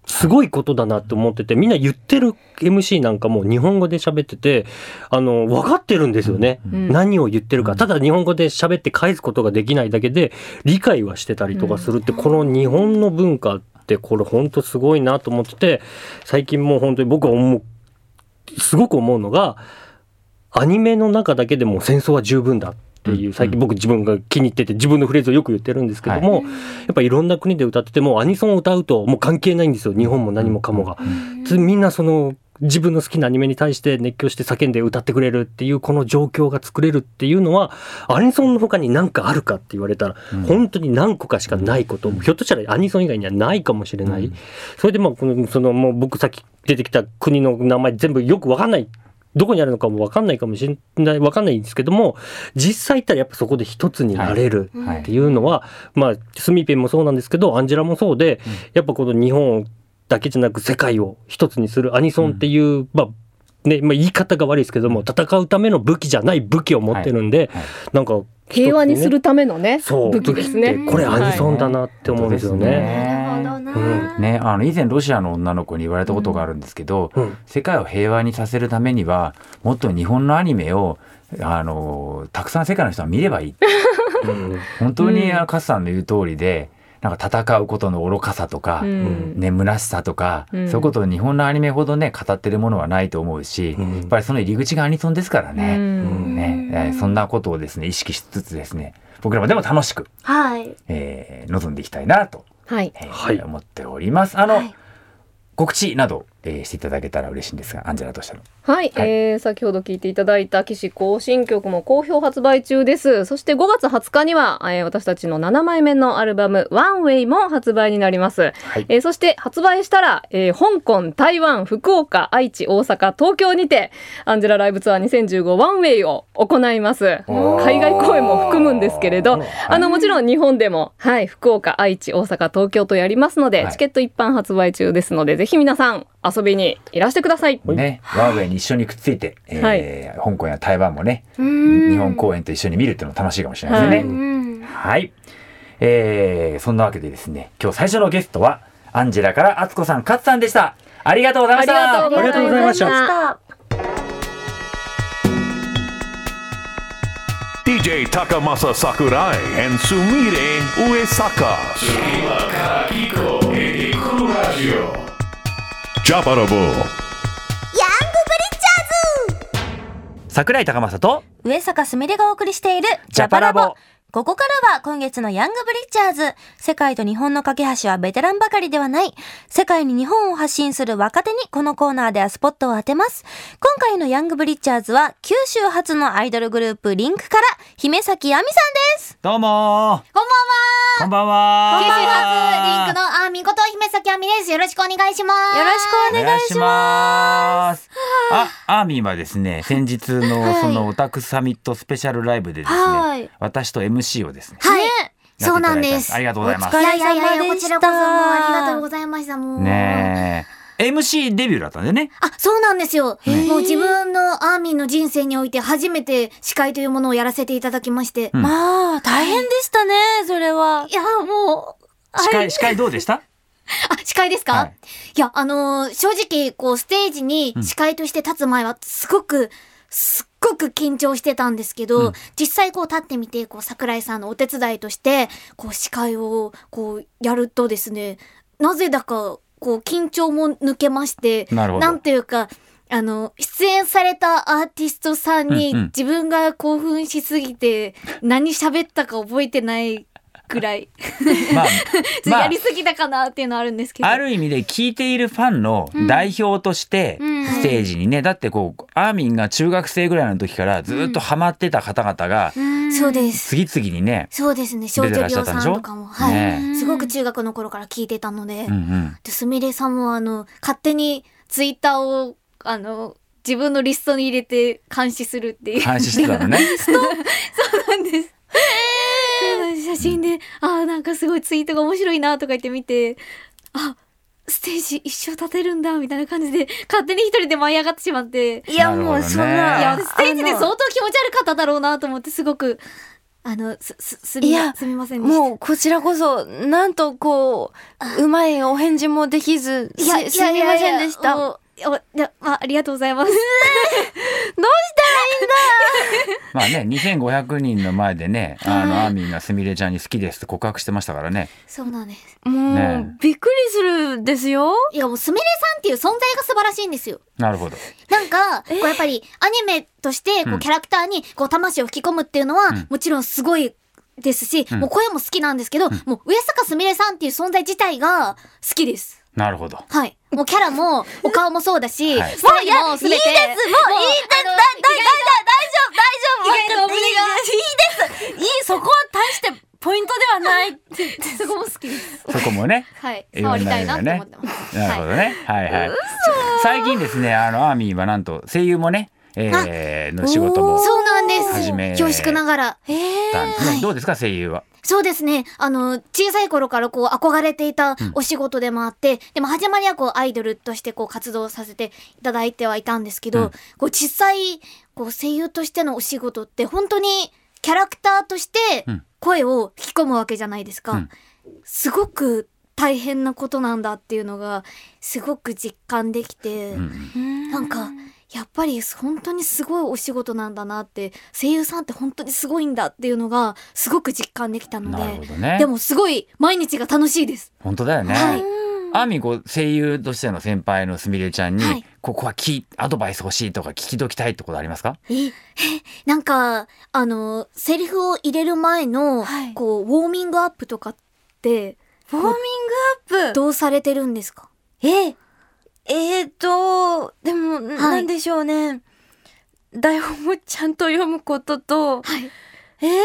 [SPEAKER 6] すごいことだなって思っててみんな言ってる MC なんかも日本語で喋っててあの分かってるんですよね、
[SPEAKER 5] うん
[SPEAKER 6] 何を言ってるかただ日本語で喋って返すことができないだけで理解はしてたりとかするって、この日本の文化ってこれ本当すごいなと思ってて最近もう本当に僕は思うすごく思うのがアニメの中だけでも戦争は十分だっていう最近僕自分が気に入ってて自分のフレーズをよく言ってるんですけども、やっぱいろんな国で歌っててもアニソンを歌うともう関係ないんですよ日本も何もかもが。つみんなその自分の好きなアニメに対して熱狂して叫んで歌ってくれるっていうこの状況が作れるっていうのはアニソンの他に何かあるかって言われたら、本当に何個かしかないこと、ひょっとしたらアニソン以外にはないかもしれない、それでまあこのそのもう僕さっき出てきた国の名前全部よくわかんないどこにあるのかもわかんないかもしれないわかんないんですけども実際行ったらやっぱそこで一つになれる
[SPEAKER 4] いはい
[SPEAKER 6] っていうのは、まあスミペンもそうなんですけどアンジェラもそうで、やっぱこの日本だけじゃなく世界を一つにするアニソンっていう、まあねまあ、言い方が悪いですけども戦うための武器じゃない武器を持ってるんで、
[SPEAKER 4] はいはい
[SPEAKER 6] なんか
[SPEAKER 5] 平和にするためのね
[SPEAKER 6] そう
[SPEAKER 5] 武器ですね
[SPEAKER 6] 武器ってこれアニソンだなって思うんですよね。
[SPEAKER 4] はい
[SPEAKER 3] なるほどな、
[SPEAKER 4] ね、あの以前ロシアの女の子に言われたことがあるんですけど、
[SPEAKER 6] うん
[SPEAKER 4] 世界を平和にさせるためにはもっと日本のアニメをあのたくさん世界の人は見ればいい
[SPEAKER 6] うん
[SPEAKER 4] 本当
[SPEAKER 5] う
[SPEAKER 4] に
[SPEAKER 5] ん
[SPEAKER 4] あのカスさんの言う通りでなんか戦うことの愚かさとか、
[SPEAKER 5] うん
[SPEAKER 4] 眠らしさとか、
[SPEAKER 5] うん
[SPEAKER 4] そういうことを日本のアニメほどね語ってるものはないと思うし、
[SPEAKER 6] うん
[SPEAKER 4] やっぱりその入り口がアニソンですから
[SPEAKER 5] う
[SPEAKER 4] ね,、
[SPEAKER 5] ん
[SPEAKER 4] ねえーそんなことをですね意識しつつですね僕らもでも楽しく、
[SPEAKER 3] はい
[SPEAKER 4] えー臨んでいきたいなと、
[SPEAKER 5] はい
[SPEAKER 4] えー
[SPEAKER 6] はい
[SPEAKER 4] 思っております。あの、
[SPEAKER 3] はい
[SPEAKER 4] 告知など、えーしていただけたら嬉しいんですが、アンジェラとしての。
[SPEAKER 5] はい、
[SPEAKER 4] はい
[SPEAKER 5] えー先ほど聞いていただいた騎士更新曲も好評発売中ですそして5月20日には、えー私たちの7枚目のアルバム「ワンウェイも発売になります、
[SPEAKER 4] はい
[SPEAKER 5] えーそして発売したら、えー香港台湾福岡愛知大阪東京にてアンジェラライブツアー2015ワンウェイを行います
[SPEAKER 4] おー
[SPEAKER 5] 海外公演も含むんですけれど、
[SPEAKER 6] はい
[SPEAKER 5] あのもちろん日本でも、はい、福岡愛知大阪東京とやりますので、
[SPEAKER 4] はい
[SPEAKER 5] チケット一般発売中ですのでぜひ皆さん遊びにいらしてください。
[SPEAKER 4] ね、ワンウェイに一緒にくっついて、えー
[SPEAKER 5] はい
[SPEAKER 4] 香港や台湾もね、
[SPEAKER 3] うん
[SPEAKER 4] 日本公演と一緒に見るっていうのも楽しいかもしれないですね
[SPEAKER 5] は
[SPEAKER 3] う
[SPEAKER 5] い。
[SPEAKER 3] ん
[SPEAKER 4] はい。えー、そんなわけでですね、今日最初のゲストは、アンジェラから敦子さん、勝さんでした。ありがとうございました。
[SPEAKER 5] ありがとうございました
[SPEAKER 6] ありがとうござい
[SPEAKER 3] あ
[SPEAKER 6] ました
[SPEAKER 3] りがとうございました。
[SPEAKER 2] DJ Takamasa Sakurai and Sumire Uesaka.
[SPEAKER 1] Terima Karakiko e de Kuru Radio.
[SPEAKER 2] Jabarabo.
[SPEAKER 4] 桜井高政と、
[SPEAKER 3] 上坂すみれがお送りしている
[SPEAKER 4] ジャパラボ
[SPEAKER 3] ここからは今月のヤングブリッジャーズ。世界と日本の架け橋はベテランばかりではない。世界に日本を発信する若手にこのコーナーではスポットを当てます。今回のヤングブリッジャーズは九州発のアイドルグループリンクから姫崎亜美さんです。
[SPEAKER 4] どうも
[SPEAKER 7] こんばんは。
[SPEAKER 4] こんばんは
[SPEAKER 7] 九州発リンクのあみこと姫崎あみです。よろしくお願いします。
[SPEAKER 3] よろしくお願いします。
[SPEAKER 4] す。あ、アーミーはですね、先日のそのオタクサミットスペシャルライブでですね、
[SPEAKER 3] はい
[SPEAKER 4] 私と MC をですね、
[SPEAKER 7] はい。
[SPEAKER 4] やっていただいた
[SPEAKER 7] そうなんです。
[SPEAKER 4] ありがとうございま
[SPEAKER 3] お
[SPEAKER 4] す
[SPEAKER 3] 疲。れ
[SPEAKER 7] いやいやいやいや、こちらこそもうありがとうございました。もう。
[SPEAKER 4] ねえ、MC デビューだったんだよね。
[SPEAKER 7] あ、そうなんですよ。もう自分のアーミーの人生において初めて司会というものをやらせていただきまして。
[SPEAKER 4] ん
[SPEAKER 3] まあ、大変でしたね、それは。
[SPEAKER 7] いや、もう、あ
[SPEAKER 4] 司会、司会どうで
[SPEAKER 7] [LAUGHS]
[SPEAKER 4] した
[SPEAKER 7] あ、司会ですか、
[SPEAKER 4] はい
[SPEAKER 7] い、や、あのー正直、こう、ステージに司会として立つ前は、すごく、すっごく緊張してたんですけど、実際こう立ってみて、こう、桜井さんのお手伝いとして、こう、司会を、こう、やるとですね、なぜだか、こう、緊張も抜けまして、
[SPEAKER 4] なるほど
[SPEAKER 7] んというか、あの、出演されたアーティストさんに
[SPEAKER 4] うんうん
[SPEAKER 7] 自分が興奮しすぎて、何喋ったか覚えてないくらい、、
[SPEAKER 4] [LAUGHS] まあ
[SPEAKER 7] やりすぎたかなっていうのはあるんですけど。
[SPEAKER 4] ある意味で聞いているファンの代表としてステージにね、だってこうアーミンが中学生ぐらいの時からずっとハマってた方々が
[SPEAKER 7] そうです。
[SPEAKER 4] 次々にね、
[SPEAKER 7] そうですね。少
[SPEAKER 4] 出てら
[SPEAKER 7] 女
[SPEAKER 4] っしゃ
[SPEAKER 7] 病
[SPEAKER 4] ったん
[SPEAKER 7] さ
[SPEAKER 4] で
[SPEAKER 7] ん
[SPEAKER 4] しょ
[SPEAKER 7] とかも、はい、
[SPEAKER 4] ね
[SPEAKER 7] すごく中学の頃から聞いてたので、
[SPEAKER 4] うんうん、
[SPEAKER 7] すみれさんもあの勝手にツイッターをあの自分のリストに入れて監視するっていう。
[SPEAKER 4] 話してたのね
[SPEAKER 7] [LAUGHS] なんです。写真で、あーなんかすごいツイートが面白いなとか言って見て、あステージ一生立てるんだみたいな感じで勝手に一人で舞い上がってしまって。
[SPEAKER 3] いや、
[SPEAKER 4] なるほ
[SPEAKER 3] も
[SPEAKER 4] どね
[SPEAKER 3] うそん
[SPEAKER 4] あ
[SPEAKER 3] な。
[SPEAKER 7] いや、ステージで
[SPEAKER 3] あの
[SPEAKER 7] 相当気持ち悪かっただろうなと思って、すごく、あの、す、す、す
[SPEAKER 3] い
[SPEAKER 7] み
[SPEAKER 3] や、
[SPEAKER 7] すみませんでした。
[SPEAKER 3] もうこちらこそ、なんとこう、うまいお返事もできず、す
[SPEAKER 7] い
[SPEAKER 3] す
[SPEAKER 7] や、
[SPEAKER 3] みませんでし
[SPEAKER 7] いや
[SPEAKER 3] た。
[SPEAKER 7] いや
[SPEAKER 3] どう
[SPEAKER 7] もうおいやまあ、ありがとうございます。
[SPEAKER 4] まあね2500人の前でねあのアーミンがすみれちゃんに好きですって告白してましたからね
[SPEAKER 7] そうなんです。
[SPEAKER 3] もう、
[SPEAKER 4] ね
[SPEAKER 3] びっくりするですよ。
[SPEAKER 7] いや、もう、すみれさんっていう存在が素晴らしいんですよ。
[SPEAKER 4] なるほど
[SPEAKER 7] なんか、こうやっぱり、アニメとして、
[SPEAKER 4] う
[SPEAKER 7] こ
[SPEAKER 4] ん
[SPEAKER 7] う、キャラクターに、こう、魂を吹き込むっていうのは、もちろんすごいですし、
[SPEAKER 4] ん
[SPEAKER 7] もう声も好きなんですけど、もう、上坂すみれさんっていう存在自体が好きです。
[SPEAKER 4] なるほど
[SPEAKER 7] はい。もうキャラも、お顔もそうだし、
[SPEAKER 4] はい
[SPEAKER 7] スタイルも全て。もういいですもういいですだ、だ、
[SPEAKER 3] 大
[SPEAKER 7] 意外とお胸が
[SPEAKER 3] いいです。いい、そこは大してポイントではない。
[SPEAKER 7] そこも好きです。
[SPEAKER 4] そこもね
[SPEAKER 7] はい。
[SPEAKER 4] いろ
[SPEAKER 7] 触
[SPEAKER 4] ん
[SPEAKER 7] り
[SPEAKER 4] な
[SPEAKER 7] た
[SPEAKER 4] 意
[SPEAKER 7] いな
[SPEAKER 4] 味
[SPEAKER 7] って
[SPEAKER 4] で
[SPEAKER 7] 思ってます。
[SPEAKER 4] なるほどね。はいはい。最近ですね、あのアーミーはなんと声優もね、えー、の仕事も
[SPEAKER 7] はい。
[SPEAKER 4] し
[SPEAKER 7] そうなんで
[SPEAKER 4] 始め
[SPEAKER 7] す。恐縮ながら。
[SPEAKER 4] たんですね。どうですか声優は。
[SPEAKER 7] そうですね。あの、小さい頃からこう憧れていたお仕事でもあって、でも始まりはこうアイドルとしてこう活動させていただいてはいたんですけど、こう実際、こう声優としてのお仕事って本当にキャラクターとして
[SPEAKER 4] ん
[SPEAKER 7] 声を引き込むわけじゃないですか。
[SPEAKER 4] うん
[SPEAKER 7] すごく大変なことなんだっていうのが、すごく実感できて、なんか、やっぱり本当にすごいお仕事なんだなって、声優さんって本当にすごいんだっていうのが、すごく実感できたの
[SPEAKER 4] なるほ
[SPEAKER 7] で、
[SPEAKER 4] どね。
[SPEAKER 7] でもすごい毎日が楽しいです。
[SPEAKER 4] 本当だよね。
[SPEAKER 7] はい
[SPEAKER 4] アーミーこう声優としての先輩のすみれちゃんに、
[SPEAKER 7] はい
[SPEAKER 4] ここはきアドバイス欲しいとか聞きときたいってことありますか？
[SPEAKER 7] え、なんか、あの、セリフを入れる前の、
[SPEAKER 3] はい
[SPEAKER 7] こう、ウォーミングアップとかって、
[SPEAKER 3] ウォーミングアップ。
[SPEAKER 7] [LAUGHS] どうされてるんですか
[SPEAKER 3] ええ、えーと、でも、な
[SPEAKER 7] はい
[SPEAKER 3] なんでしょうね。台本もちゃんと読むことと、
[SPEAKER 7] はい。
[SPEAKER 3] ええ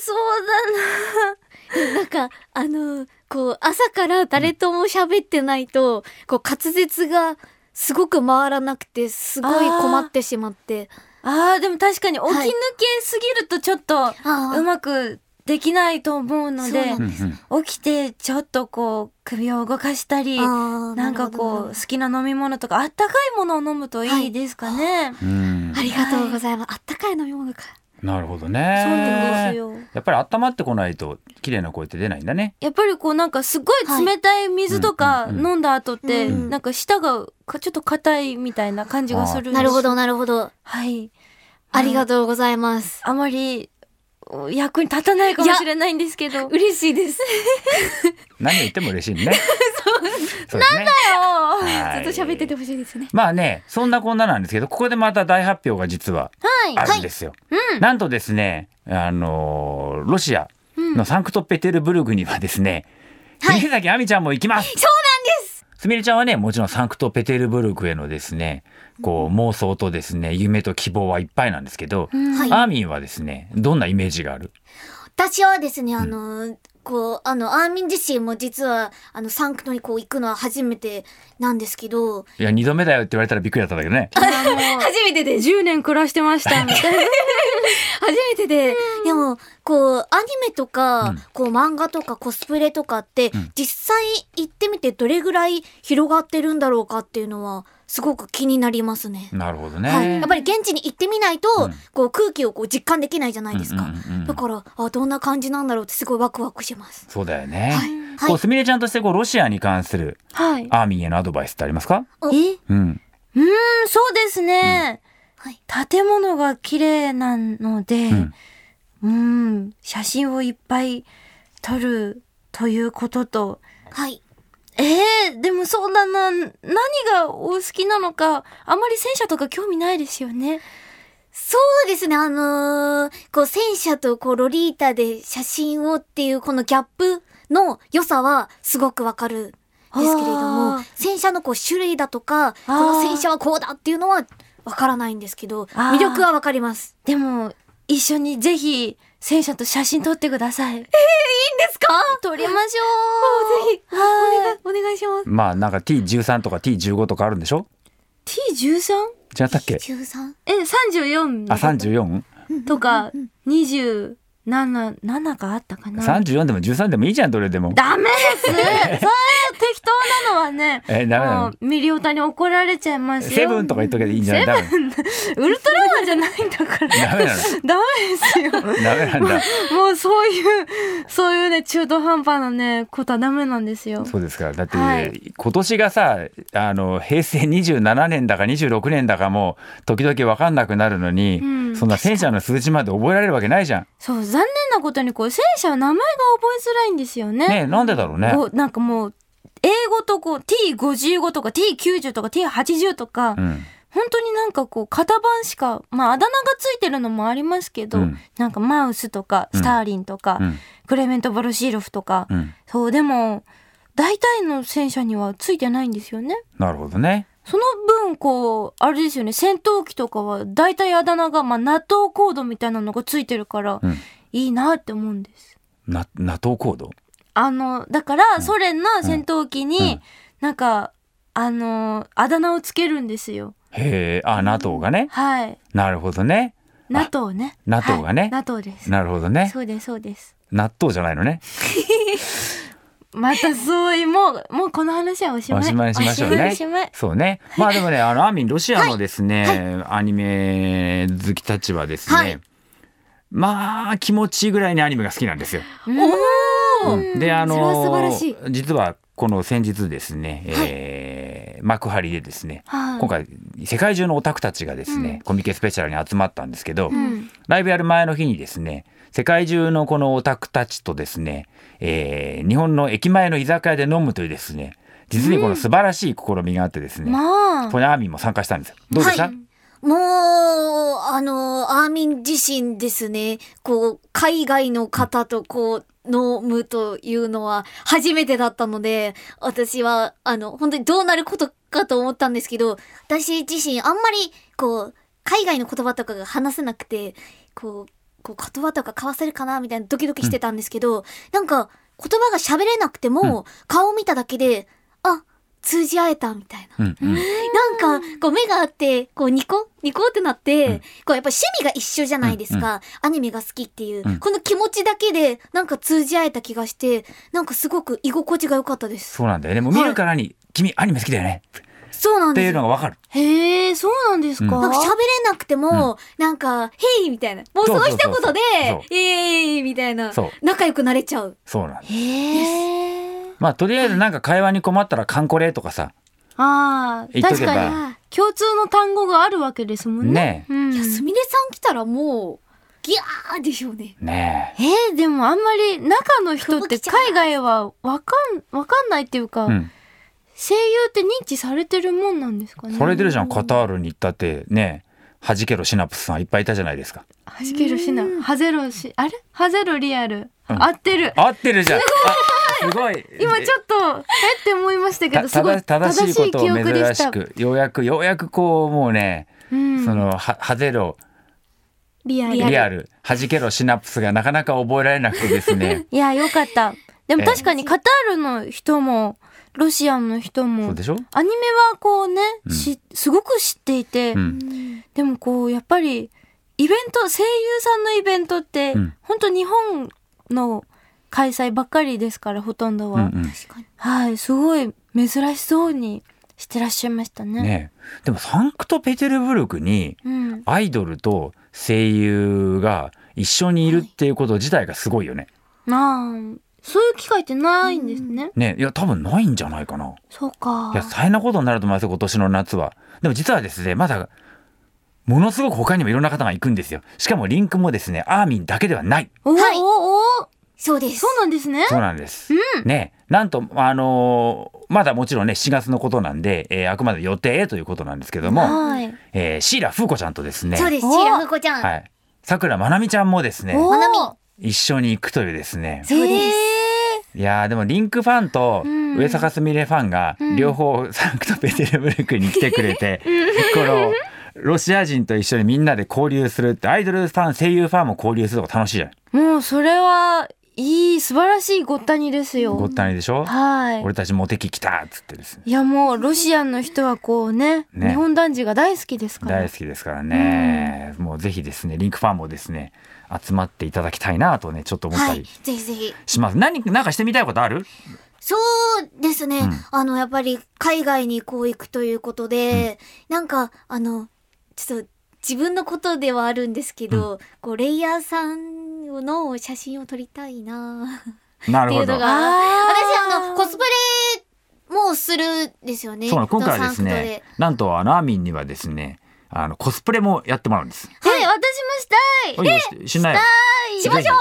[SPEAKER 3] そうだな。
[SPEAKER 7] なんか、あの、こう、朝から誰とも喋ってないと、こう、滑舌がすごく回らなくて、すごい困ってしまって。
[SPEAKER 3] あーでも確かに起き
[SPEAKER 7] い
[SPEAKER 3] 抜けすぎるとちょっと
[SPEAKER 7] あー
[SPEAKER 3] うまくできないと思うの
[SPEAKER 7] そう
[SPEAKER 3] で
[SPEAKER 7] なんで
[SPEAKER 4] うん
[SPEAKER 3] 起きてちょっとこう首を動かしたり
[SPEAKER 7] あー
[SPEAKER 3] なんか
[SPEAKER 7] なるほど
[SPEAKER 3] こ
[SPEAKER 7] なるほど
[SPEAKER 3] う好きな飲み物とかあったかいものを飲むといいですかね。
[SPEAKER 4] うん。
[SPEAKER 7] ありがとうございます。あったかい飲み物か。
[SPEAKER 4] なるほど
[SPEAKER 3] そうなん
[SPEAKER 4] ね
[SPEAKER 3] ですよ。
[SPEAKER 4] やっぱり温まってこないと綺麗な声って出ないんだね
[SPEAKER 3] やっぱりこうなんかすごい冷たい水とか
[SPEAKER 4] はいうんうん
[SPEAKER 3] 飲んだ後って、
[SPEAKER 7] うん
[SPEAKER 3] なんか舌がかちょっと硬いみたいな感じがするんです
[SPEAKER 7] なるほ。ど、なるほど。
[SPEAKER 3] はい。
[SPEAKER 7] ありがとうございます。
[SPEAKER 3] あまりお役に立たないかもしれないんですけど。
[SPEAKER 7] 嬉しいです。
[SPEAKER 4] 何を言っても嬉しいね
[SPEAKER 7] [LAUGHS]
[SPEAKER 4] そうですねはい
[SPEAKER 7] ずっと喋っててほしいですね。
[SPEAKER 4] まあねそんなこんななんですけどここでまた大発表が実はあるんですよ、なんとですねあのーロシアのサンクトペテルブルクにはですね、
[SPEAKER 7] はい
[SPEAKER 4] 国崎亜美ちゃんも行きますそうなんですすみれちゃんはねもちろんサンクトペテルブルクへのですねこう妄想とですね夢と希望はいっぱいなんですけど、
[SPEAKER 7] はい。
[SPEAKER 4] アーミンはですねどんなイメージがある
[SPEAKER 7] 私はですね、あの、こう、あの、アーミン自身も実は、あの、サンクトにこう行くのは初めてなんですけど、
[SPEAKER 4] いや二度目だよって言われたらびっくりだったんだけど
[SPEAKER 7] [LAUGHS]
[SPEAKER 4] ね
[SPEAKER 7] 初めてで、
[SPEAKER 3] 10年暮らしてま [LAUGHS] したみたいな。
[SPEAKER 7] 初めてで、でも、こう、アニメとか、
[SPEAKER 4] うん
[SPEAKER 7] こう、漫画とかコスプレとかって、
[SPEAKER 4] ん
[SPEAKER 7] 実際行ってみてどれぐらい広がってるんだろうかっていうのは、すごく気になりますね。
[SPEAKER 4] なるほど
[SPEAKER 7] はい。や
[SPEAKER 4] ね
[SPEAKER 7] っぱり現地に行ってみないと、
[SPEAKER 4] ん
[SPEAKER 7] こう、空気をこう実感できないじゃないですか。
[SPEAKER 4] うんうんうんうん
[SPEAKER 7] だから、あ、どんな感じなんだろうってすごいワクワクします。
[SPEAKER 4] そうだよね、
[SPEAKER 7] はい。は
[SPEAKER 4] こう
[SPEAKER 7] い。
[SPEAKER 4] すみれちゃんとしてこうロシアに関する
[SPEAKER 3] はい。
[SPEAKER 4] アーミンへのアドバイスってありますか
[SPEAKER 3] え
[SPEAKER 4] うん
[SPEAKER 3] うーん、そうですね。
[SPEAKER 7] うん
[SPEAKER 3] 建物が綺麗なので、
[SPEAKER 4] うん
[SPEAKER 3] うん、写真をいっぱい撮るということと、
[SPEAKER 7] はい。
[SPEAKER 3] えー、でもそうだな、何がお好きなのか、あまり戦車とか興味ないですよね。
[SPEAKER 7] そうですね、あのーこう、戦車とこう、ロリータで写真をっていう、このギャップの良さは、すごくわかる。ですけれど
[SPEAKER 3] あ
[SPEAKER 7] も
[SPEAKER 3] ー、
[SPEAKER 7] 戦車のこう種類だとか、この戦車はこうだっていうのはわからないんですけど、
[SPEAKER 3] あー
[SPEAKER 7] 魅力はわかります。
[SPEAKER 3] でも、一緒にぜひ、戦車と写真撮ってください。えー、いいんですか撮りましょう。ぜひ。はい。
[SPEAKER 7] お願いしま
[SPEAKER 4] まあなんか T13 とか T15 とかあるんでしょ
[SPEAKER 3] T13?
[SPEAKER 4] 違ったっけ
[SPEAKER 7] す。13?
[SPEAKER 3] え、34
[SPEAKER 4] あ
[SPEAKER 3] のこと
[SPEAKER 4] 34?34
[SPEAKER 3] とか、27、7があったかな。
[SPEAKER 4] でも13でもいいじゃんどれでも
[SPEAKER 3] ダメ
[SPEAKER 4] [LAUGHS]
[SPEAKER 3] ですそういう適当なのはね、
[SPEAKER 4] えダメなの
[SPEAKER 3] もうミリオタに怒られちゃいますよ。
[SPEAKER 4] セブンとか言っとけばいいんじゃないダメ
[SPEAKER 3] ウルトラマンじゃないんだから。
[SPEAKER 4] ダメな
[SPEAKER 3] ダメです
[SPEAKER 4] [LAUGHS]
[SPEAKER 3] よ。
[SPEAKER 4] のダメなんだ
[SPEAKER 3] もうそういう、そういうね、中途半端なね、ことはダメなんですよ。
[SPEAKER 4] そうですかだって、
[SPEAKER 3] はい
[SPEAKER 4] 今年がさあの平成27年だか26年だかも時々分かんなくなるのに、
[SPEAKER 3] うん
[SPEAKER 4] そんな戦車の数字まで覚えられるわけないじゃん
[SPEAKER 3] そう、残念なことにこう、戦車は名前が覚えづらいんですよね。
[SPEAKER 4] ねなんでだろうね、
[SPEAKER 3] こうなんかもう、英語とこう、T55 とか T90 とか T80 とか、
[SPEAKER 4] うん、
[SPEAKER 3] 本当になんかこう型番しかまああだ名がついてるのもありますけど、
[SPEAKER 4] うん
[SPEAKER 3] なんかマウスとか
[SPEAKER 4] うん
[SPEAKER 3] スターリンとか、
[SPEAKER 4] うん
[SPEAKER 3] クレメント・ボロシーロフとか、
[SPEAKER 4] うん、
[SPEAKER 3] そうでも大体の戦車にはついてないんですよね
[SPEAKER 4] なるほどね
[SPEAKER 3] その分こうあれですよね戦闘機とかは大体あだ名が、まあ、ナトーコードみたいなのがついてるから、
[SPEAKER 4] うん
[SPEAKER 3] いいなって思うんです
[SPEAKER 4] な NATO コード
[SPEAKER 3] あのだからソ連の戦闘機に、
[SPEAKER 4] うん
[SPEAKER 3] なんかあのあだ名をつけるんですよ
[SPEAKER 4] へえあ NATO がね
[SPEAKER 3] はい
[SPEAKER 4] なるほどね
[SPEAKER 3] NATO ね
[SPEAKER 4] NATO がね
[SPEAKER 3] はい、NATO です
[SPEAKER 4] なるほどね
[SPEAKER 3] そうですそうです。
[SPEAKER 4] 納豆じゃないのね
[SPEAKER 3] またそういうもうもうこの話はおしまい。
[SPEAKER 4] おしまいにしましょうね
[SPEAKER 3] おまいおしまい
[SPEAKER 4] そうねまあでもねあのアーミンロシアのですね、アニメ好きたちはですね、
[SPEAKER 7] はい
[SPEAKER 4] まあ気持ちいいぐらいにアニメが好きなんですよ。
[SPEAKER 3] おー
[SPEAKER 4] であ
[SPEAKER 7] それは素晴ら
[SPEAKER 4] の
[SPEAKER 7] しい
[SPEAKER 4] 実はこの先日ですね、えー幕張でですね
[SPEAKER 3] はい
[SPEAKER 4] 今回世界中のオタクたちがですね、コミケスペシャルに集まったんですけど、
[SPEAKER 3] うん
[SPEAKER 4] ライブやる前の日にですね世界中のこのオタクたちとですね、えー日本の駅前の居酒屋で飲むというですね実にこの素晴らしい試みがあってですね、
[SPEAKER 3] まあ
[SPEAKER 4] これアーミンも参加したんですよどうでした、
[SPEAKER 7] はいもう、あの、アーミン自身ですね、こう、海外の方とこう、飲むというのは初めてだったので、私は、あの、本当にどうなることかと思ったんですけど、私自身あんまり、こう、海外の言葉とかが話せなくて、こう、こう言葉とか交わせるかなみたいなドキドキしてたんですけど、なんか、言葉が喋れなくても、顔見ただけで、あ、通じ合えたみたいな。
[SPEAKER 4] うんうん
[SPEAKER 7] なんか、こう目があって、こうニコニコってなって、
[SPEAKER 4] うん
[SPEAKER 7] こうやっぱ趣味が一緒じゃないですか。アニメが好きっていう、
[SPEAKER 4] うん
[SPEAKER 7] この気持ちだけで、なんか通じ合えた気がして、なんかすごく居心地が良かったです。
[SPEAKER 4] そうなんだよねもう見るからに、君アニメ好きだよね
[SPEAKER 7] そうなん
[SPEAKER 4] ってい
[SPEAKER 7] で
[SPEAKER 4] う
[SPEAKER 7] すよ。
[SPEAKER 4] のがわかる。
[SPEAKER 3] へえ、そうなんですか。
[SPEAKER 7] なんか喋れなくても、なんか、ヘイみたいな。もうその一
[SPEAKER 4] そうそうそう
[SPEAKER 7] 言で
[SPEAKER 4] そう、
[SPEAKER 7] イエーイみたいな
[SPEAKER 4] そう。
[SPEAKER 7] 仲良くなれちゃう。
[SPEAKER 4] そうなんです。
[SPEAKER 3] へえ。
[SPEAKER 4] まあとりあえずなんか会話に困ったらカンコレとかさ、
[SPEAKER 3] ああ、
[SPEAKER 4] 言っと
[SPEAKER 3] 確
[SPEAKER 4] け
[SPEAKER 3] かに。
[SPEAKER 4] ば。
[SPEAKER 3] 共通の単語があるわけですもんね
[SPEAKER 4] ね。
[SPEAKER 3] うん、
[SPEAKER 7] いや、すみれさん来たらもう、ギャーでしょうね。
[SPEAKER 4] ね
[SPEAKER 3] えー、でもあんまり中の人って海外はわかん、わかんないっていうか、
[SPEAKER 4] え。うん。
[SPEAKER 3] 声優って認知されてるもんなんですかね。
[SPEAKER 4] それ出るじゃん、カタールに行ったって、ねえ、はじけろシナプスさんいっぱいいたじゃないですか。
[SPEAKER 3] はじけるしな。はぜろし、あれはぜろリアル。
[SPEAKER 4] うん
[SPEAKER 3] 合ってる。
[SPEAKER 4] 合ってるじゃん。あすごい。
[SPEAKER 3] 今ちょっと、えって思いましたけど、
[SPEAKER 4] た
[SPEAKER 3] すごい正
[SPEAKER 4] 正正し
[SPEAKER 3] し
[SPEAKER 4] い
[SPEAKER 3] い
[SPEAKER 4] こと
[SPEAKER 3] 記
[SPEAKER 4] を
[SPEAKER 3] 憶でし。
[SPEAKER 4] 珍したくようやくようやくこうもうね、
[SPEAKER 3] うん
[SPEAKER 4] そのははぜろ
[SPEAKER 3] リアル。
[SPEAKER 7] リ
[SPEAKER 4] リアルはじけろシナプスがなかなか覚えられなくてですね
[SPEAKER 3] [LAUGHS] いや、よかった。でも
[SPEAKER 4] ええ
[SPEAKER 3] 確かにカタールの人も、ロシアの人
[SPEAKER 4] そう
[SPEAKER 3] も
[SPEAKER 4] で、しょ、
[SPEAKER 3] アニメはこうね、
[SPEAKER 4] うん
[SPEAKER 3] しすごく知っていて、
[SPEAKER 4] うん、
[SPEAKER 3] でもこうやっぱりイベント声優さんのイベントって、
[SPEAKER 4] うん
[SPEAKER 3] 本当日本の開催ばっかりですからほとんど
[SPEAKER 4] うん
[SPEAKER 3] は、
[SPEAKER 4] う
[SPEAKER 7] 確かに。
[SPEAKER 3] はいすごい珍しそうにしてらっしゃいましたね
[SPEAKER 4] んねえでもサンクトペテルブルクに
[SPEAKER 3] うん、
[SPEAKER 4] アイドルと声優が一緒にいるっていうこと自体がすごいよね。
[SPEAKER 3] まあそういう機会ってないんですね、
[SPEAKER 4] ねえいや多分ないんじゃないかな。
[SPEAKER 3] そうか
[SPEAKER 4] いや大変なことになると思いますよ今年の夏は。でも実はですねまだものすごく他にもいろんな方が行くんですよ。しかもリンクもですねアーミンだけではない。
[SPEAKER 3] おお、
[SPEAKER 7] はい
[SPEAKER 3] おお
[SPEAKER 7] そうです
[SPEAKER 3] そ。うなんですね
[SPEAKER 4] そうなんです。ね、なんと、あのーまだもちろんね、7月のことなんで、えーあくまで予定ということなんですけども、
[SPEAKER 3] はい
[SPEAKER 4] えー、シーラ・フーコちゃんとですね、
[SPEAKER 7] そうです。
[SPEAKER 3] お
[SPEAKER 7] シーラフコちゃん。
[SPEAKER 4] はい、さくらまなみちゃんもですね、
[SPEAKER 3] お
[SPEAKER 7] まなみ
[SPEAKER 4] 一緒に行くというですね、
[SPEAKER 7] そうです。
[SPEAKER 4] いやーでもリンクファンと
[SPEAKER 3] うん
[SPEAKER 4] 上坂すみれファンが
[SPEAKER 3] うん
[SPEAKER 4] 両方サンクトペテルブルクに来てく
[SPEAKER 3] [LAUGHS]
[SPEAKER 4] れて、このロシア人と一緒にみんなで交流するってアイドルファン声優ファンも交流するのが楽しいじゃない
[SPEAKER 3] もうそれはいい素晴らしいごったにですよ
[SPEAKER 4] ごったにでしょ
[SPEAKER 3] はい
[SPEAKER 4] 俺たちモテ期来たっつってですね
[SPEAKER 3] いやもうロシアの人はこうね
[SPEAKER 4] ね
[SPEAKER 3] 日本男児が大好きですから
[SPEAKER 4] 大好きですからね、もうぜひですねリンクファンもですね集まっていただきたいなとねちょっと思っ
[SPEAKER 7] は
[SPEAKER 4] た
[SPEAKER 7] い。
[SPEAKER 4] り
[SPEAKER 7] ぜひぜひ。
[SPEAKER 4] します、何なんかしてみたいことある
[SPEAKER 7] そうですね。
[SPEAKER 4] うん
[SPEAKER 7] あの、やっぱり海外にこう行くということで、なんか、あの、ちょっと自分のことではあるんですけど、こう、レイヤーさんの写真を撮りたいな
[SPEAKER 4] な
[SPEAKER 7] っ
[SPEAKER 4] る
[SPEAKER 7] てい
[SPEAKER 4] ほ
[SPEAKER 7] うの
[SPEAKER 4] ど
[SPEAKER 7] が、
[SPEAKER 3] あー
[SPEAKER 7] 私、あの、コスプレもするんですよね。
[SPEAKER 4] そうなの今回はで
[SPEAKER 7] サン
[SPEAKER 4] す
[SPEAKER 7] クト
[SPEAKER 4] ね。なんとあのアーミンにはですねあのコスプレもやってもらうんです。
[SPEAKER 3] え私もしたい
[SPEAKER 4] おいししない
[SPEAKER 7] いしましょう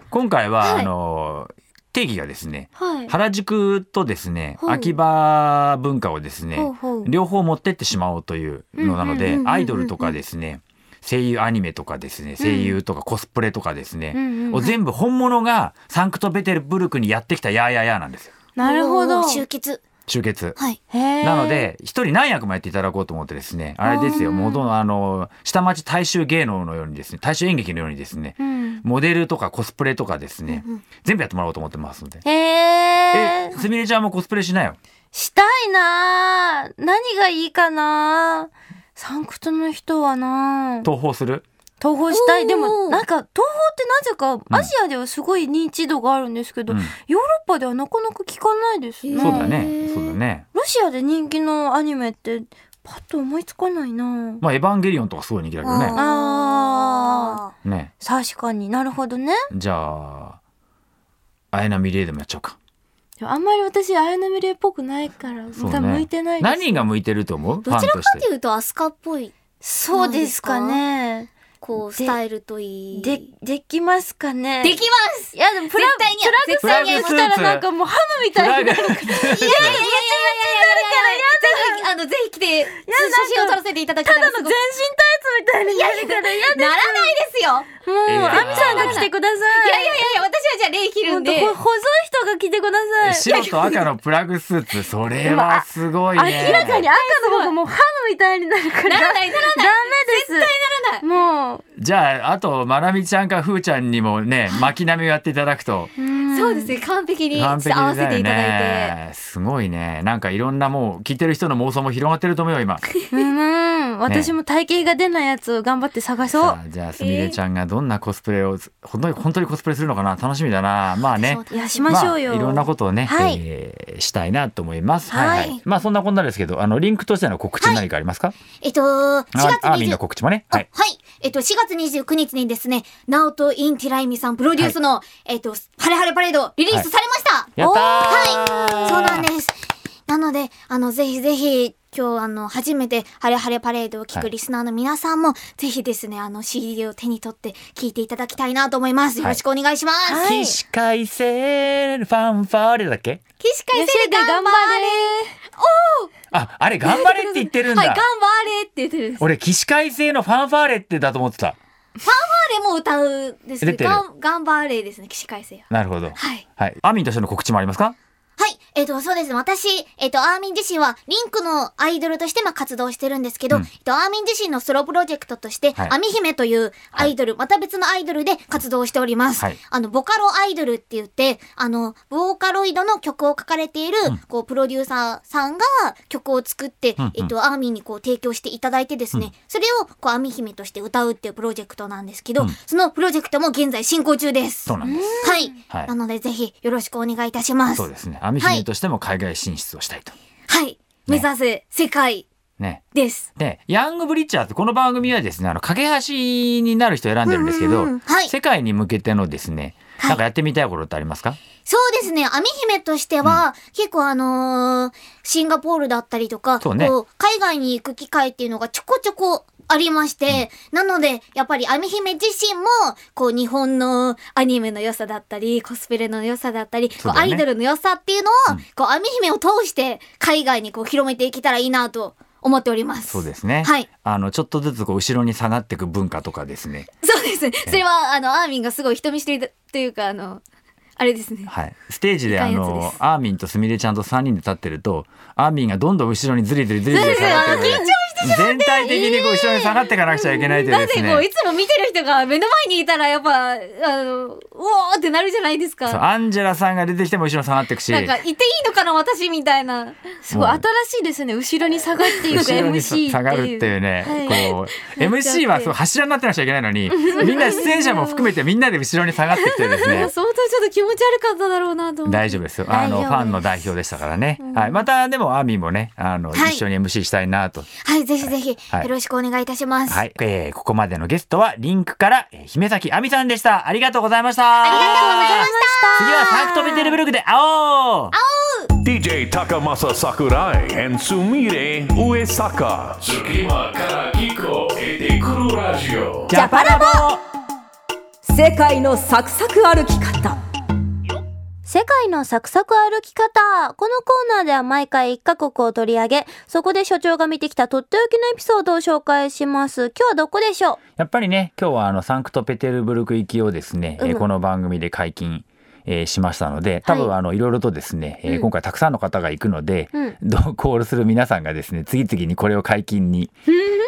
[SPEAKER 4] う今回は、
[SPEAKER 7] はい
[SPEAKER 4] あの定義がですね
[SPEAKER 3] はい
[SPEAKER 4] 原宿とですね
[SPEAKER 3] ほう
[SPEAKER 4] 秋葉文化をですね
[SPEAKER 3] ほうほう
[SPEAKER 4] 両方持ってってしまおうというのなの
[SPEAKER 3] うんうんうんうんう
[SPEAKER 4] で
[SPEAKER 3] ん
[SPEAKER 4] アイドルとかですね声優アニメとかですね声優とかコスプレとかです
[SPEAKER 3] うん
[SPEAKER 4] ね
[SPEAKER 3] うん
[SPEAKER 4] を全部本物がサンクトペテルブルクにやってきたやーやーやーなんですよ
[SPEAKER 3] なるほど
[SPEAKER 7] おー集結。
[SPEAKER 4] 集結。
[SPEAKER 7] はい。
[SPEAKER 3] な
[SPEAKER 4] なので一人何役もやっていただこうと思ってですねあれですよ
[SPEAKER 3] あー
[SPEAKER 4] もうどんあの下町大衆芸能のようにですね大衆演劇のようにですね
[SPEAKER 3] うん
[SPEAKER 4] モデルとかコスプレとかですね
[SPEAKER 7] うんうん
[SPEAKER 4] 全部やってもらおうと思ってますので。
[SPEAKER 3] へ
[SPEAKER 4] え
[SPEAKER 3] え
[SPEAKER 4] すみれちゃんもコスプレしなよ。
[SPEAKER 3] したいなー何がいいかなーサンクトの人はなー
[SPEAKER 4] 東宝する
[SPEAKER 3] 東宝したいでも
[SPEAKER 7] おー
[SPEAKER 3] なんか東宝ってなぜかアジアではすごい認知度があるんですけど、
[SPEAKER 4] うん
[SPEAKER 3] ヨーロッパではなかなか聞かないですね
[SPEAKER 7] うん
[SPEAKER 4] そうだね。そうだね。
[SPEAKER 3] ロシアで人気のアニメってパッと思いつかないな
[SPEAKER 4] まあエヴァンゲリオンとかすごい人気だけどね。
[SPEAKER 3] あ
[SPEAKER 4] ね。
[SPEAKER 3] 確かになるほどね
[SPEAKER 4] じゃあ、綾波レイでもやっちゃおうか。
[SPEAKER 3] でもあんまり私綾波レイっぽくないから、
[SPEAKER 4] そうね
[SPEAKER 3] 多分向いてないです
[SPEAKER 4] 何が向いてると思うファ
[SPEAKER 7] ど
[SPEAKER 4] ン
[SPEAKER 7] ちら
[SPEAKER 4] と
[SPEAKER 7] か
[SPEAKER 4] し
[SPEAKER 7] と
[SPEAKER 4] て。
[SPEAKER 7] いうと、アスカっぽい、
[SPEAKER 3] そうですかね
[SPEAKER 7] こう、
[SPEAKER 3] で
[SPEAKER 7] スタイルといい。
[SPEAKER 3] でできますかね
[SPEAKER 7] できます
[SPEAKER 3] いやでもプラ
[SPEAKER 7] 絶対に
[SPEAKER 3] プラグさんが来たらなんかもうハムみ
[SPEAKER 4] プ
[SPEAKER 3] た
[SPEAKER 4] ラ
[SPEAKER 3] い
[SPEAKER 4] グ
[SPEAKER 3] な
[SPEAKER 7] いやいやいやいやいやいやいやいやぜひ、あの、ぜひ来て、写真を撮らせていただきたい。
[SPEAKER 3] ただの全身タイツみたいになるからや
[SPEAKER 7] ならないですよ。
[SPEAKER 3] もう、
[SPEAKER 4] いや
[SPEAKER 3] アミさんが来てくださ
[SPEAKER 7] い
[SPEAKER 3] い
[SPEAKER 7] やいやいやいや、私はじゃあ、レイ切る
[SPEAKER 3] ほ
[SPEAKER 7] ん
[SPEAKER 3] んと
[SPEAKER 7] で。
[SPEAKER 3] これ細い人が来てください
[SPEAKER 4] 白と赤のプラグスーツ、それはすごいね。
[SPEAKER 3] 明らかに赤の方がもうハムみたいになるから
[SPEAKER 7] ならない、なら
[SPEAKER 3] ダ
[SPEAKER 7] ない。
[SPEAKER 3] メです絶
[SPEAKER 7] ならない。
[SPEAKER 3] もう
[SPEAKER 4] じゃあ、あと、まなみちゃんかふーちゃんにもね、巻き波をやっていただくと。
[SPEAKER 3] うん
[SPEAKER 7] そうですね、完璧にちょ
[SPEAKER 4] 完
[SPEAKER 7] っと
[SPEAKER 4] 璧
[SPEAKER 7] 合わせ
[SPEAKER 4] だ
[SPEAKER 7] て
[SPEAKER 4] よ
[SPEAKER 7] いただいて。
[SPEAKER 4] ね。すごいね。なんかいろんなもう聞いてる人の妄想も広がってると思うよ今。
[SPEAKER 3] うんうん。私も体型が出ないやつを頑張って探そう
[SPEAKER 4] さ。あじゃあすみれちゃんがどんなコスプレを本当に本当にコスプレするのかな楽しみだな。まあね
[SPEAKER 7] そう。だ
[SPEAKER 3] いや、しましょうよ。
[SPEAKER 4] あ、いろんなことをね、
[SPEAKER 3] はい
[SPEAKER 4] えーしたいなと思います。
[SPEAKER 7] はい
[SPEAKER 4] まあそんなこんなですけど、あのリンクとしての告知何かありますか？
[SPEAKER 7] えっと、4
[SPEAKER 4] あ
[SPEAKER 7] 月
[SPEAKER 4] アーミンの
[SPEAKER 7] 20
[SPEAKER 4] 告知もね。
[SPEAKER 7] あ
[SPEAKER 4] は
[SPEAKER 7] はい
[SPEAKER 4] い。。
[SPEAKER 7] えっと、4月29日にですね、ナオト・イン・ティライミさんプロデュースの、えっと、ハレハレパレードリリースされました、
[SPEAKER 4] やったー。
[SPEAKER 7] はいそうなんです。なので、あの、ぜひぜひ、今日、あの、初めて、ハレハレパレードを聞
[SPEAKER 4] は
[SPEAKER 7] く
[SPEAKER 4] い
[SPEAKER 7] リスナーの皆さんも、ぜひですね、あの、CD を手に取って、聞いていただきたいなと思います。よろしくお願いします。
[SPEAKER 3] はい
[SPEAKER 4] 起死回生ファンファーレだっけ？
[SPEAKER 7] 起死回生で頑張れ
[SPEAKER 4] あ、あれ頑張れって言ってるんだ。
[SPEAKER 7] はい、頑張れって言ってるんです。
[SPEAKER 4] 俺起死回生のファンファーレってだと思ってた。
[SPEAKER 7] 頑張れも歌うんですけ
[SPEAKER 4] 出て
[SPEAKER 7] ど、
[SPEAKER 4] る
[SPEAKER 7] がん頑張れですね、起死回生は。
[SPEAKER 4] なるほど。
[SPEAKER 7] はい。
[SPEAKER 4] はい。アーミンとしての告知もありますか？
[SPEAKER 7] はい。えっ、と、そうです。私、えっ、と、アーミン自身は、リンクのアイドルとして、まあ、活動してるんですけど、
[SPEAKER 4] うん
[SPEAKER 7] えっと、アーミン自身のソロプロジェクトとして、
[SPEAKER 4] はい
[SPEAKER 7] アミ姫というアイドル、また別のアイドルで活動しております。
[SPEAKER 4] はい
[SPEAKER 7] あの、ボカロアイドルって言って、あの、ボーカロイドの曲を書かれている、こう、プロデューサーさんが曲を作って、
[SPEAKER 4] んうん
[SPEAKER 7] えっ、と、アーミンにこう、提供していただいてですね、それを、こう、アミ姫として歌うっていうプロジェクトなんですけど、
[SPEAKER 4] うん
[SPEAKER 7] そのプロジェクトも現在進行中です。
[SPEAKER 4] そうなんです。
[SPEAKER 7] はい。
[SPEAKER 4] はい
[SPEAKER 7] なので、ぜひ、よろしくお願いいたします。
[SPEAKER 4] そうですね。アミ
[SPEAKER 7] は
[SPEAKER 4] 姫
[SPEAKER 7] い
[SPEAKER 4] としても海外進出をしたいと。
[SPEAKER 7] はい。目指せ世界
[SPEAKER 4] ね。
[SPEAKER 7] です。
[SPEAKER 4] で、ヤングブリッジャーズ、この番組はですね、あの、架け橋になる人を選んでるんですけ
[SPEAKER 7] う
[SPEAKER 4] ど
[SPEAKER 7] んうんうん、はい
[SPEAKER 4] 世界に向けてのですね、
[SPEAKER 7] はい
[SPEAKER 4] なんかやってみたいことってありますか
[SPEAKER 7] そうですね。網姫としては、結構あのーシンガポールだったりとか、
[SPEAKER 4] そうね
[SPEAKER 7] こう海外に行く機会っていうのがちょこちょこありまして、なので、やっぱり網姫自身も、こう日本のアニメの良さだったり、コスプレの良さだったり、こ
[SPEAKER 4] そう
[SPEAKER 7] う
[SPEAKER 4] だ
[SPEAKER 7] ア
[SPEAKER 4] ね
[SPEAKER 7] イドルの良さっていうのを、こう網姫を通して海外にこう広めていけたらいいなと思っております。
[SPEAKER 4] そうですね。
[SPEAKER 7] はい。
[SPEAKER 4] あの、ちょっとずつこう、後ろに下がっていく文化とかですね。
[SPEAKER 7] [LAUGHS] そうです。それは、あの、アーミンがすごい人見知りだというか、あの、あれですね。
[SPEAKER 4] はい。ステージで、あ
[SPEAKER 7] 深いやつで
[SPEAKER 4] の
[SPEAKER 7] す、
[SPEAKER 4] アーミンとすみれちゃんと3人で立ってると、アーミンがどんどん後ろにずりずりずりずり下がってるので
[SPEAKER 7] ずりずり
[SPEAKER 4] 全体的にこう、後ろに下がっていかなくちゃいけないという
[SPEAKER 7] だっ
[SPEAKER 4] で
[SPEAKER 7] て
[SPEAKER 4] す
[SPEAKER 7] こうい
[SPEAKER 4] ね。
[SPEAKER 7] つも見てる人が目の前にいたらやっぱあのうおーってなるじゃないです
[SPEAKER 4] そう
[SPEAKER 7] か。
[SPEAKER 4] アンジェラさんが出てきても後ろに下がっていくし。
[SPEAKER 7] なんかいていいのかな私みたいな。
[SPEAKER 3] すごい、新しいですね。後ろに下がっていく
[SPEAKER 4] 後ろ
[SPEAKER 3] MC
[SPEAKER 4] に
[SPEAKER 3] っていう。
[SPEAKER 4] 下がるっていうね、こう MC はそう柱になってなくちゃいけないの [LAUGHS] にみんな出演者も含めてみんなで後ろに下がってきて [LAUGHS] ですね
[SPEAKER 7] 相当ちょっと気持ち悪かっただろうなと思って。
[SPEAKER 4] 大丈夫ですよあの
[SPEAKER 3] 大丈夫で
[SPEAKER 4] フ
[SPEAKER 3] す
[SPEAKER 4] ァンの代表でしたからね、はい、またでもアーミーもねあの、
[SPEAKER 7] はい
[SPEAKER 4] 一緒に MC したいなと。
[SPEAKER 7] はいぜひぜひ
[SPEAKER 4] はい
[SPEAKER 7] よろしくお願いいたします。
[SPEAKER 4] はい、えーここまでのゲストはリンクから、えー姫崎亜美さんでしたありがとうございましたありがとうございました次はサンクトペテルブルクで会おう
[SPEAKER 2] DJ Takamasa Sakurai and Sumire Uesaka.
[SPEAKER 1] 隙間から聞こえてくるラジオ
[SPEAKER 4] ジャパラボ
[SPEAKER 8] 世界のサクサク歩き方
[SPEAKER 3] 世界のサクサク歩き方。このコーナーでは毎回1カ国を取り上げ、そこで所長が見てきたとっておきのエピソードを紹介します。今日はどこでしょう
[SPEAKER 4] やっぱりね今日はあのサンクトペテルブルク行きをですね、えー
[SPEAKER 3] うん
[SPEAKER 4] この番組で解禁、えーしましたので多分
[SPEAKER 3] はい
[SPEAKER 4] あのいろいろとですね、えー
[SPEAKER 3] うん
[SPEAKER 4] 今回たくさんの方が行くので、
[SPEAKER 3] うん
[SPEAKER 4] 同コールする皆さんがですね次々にこれを解禁に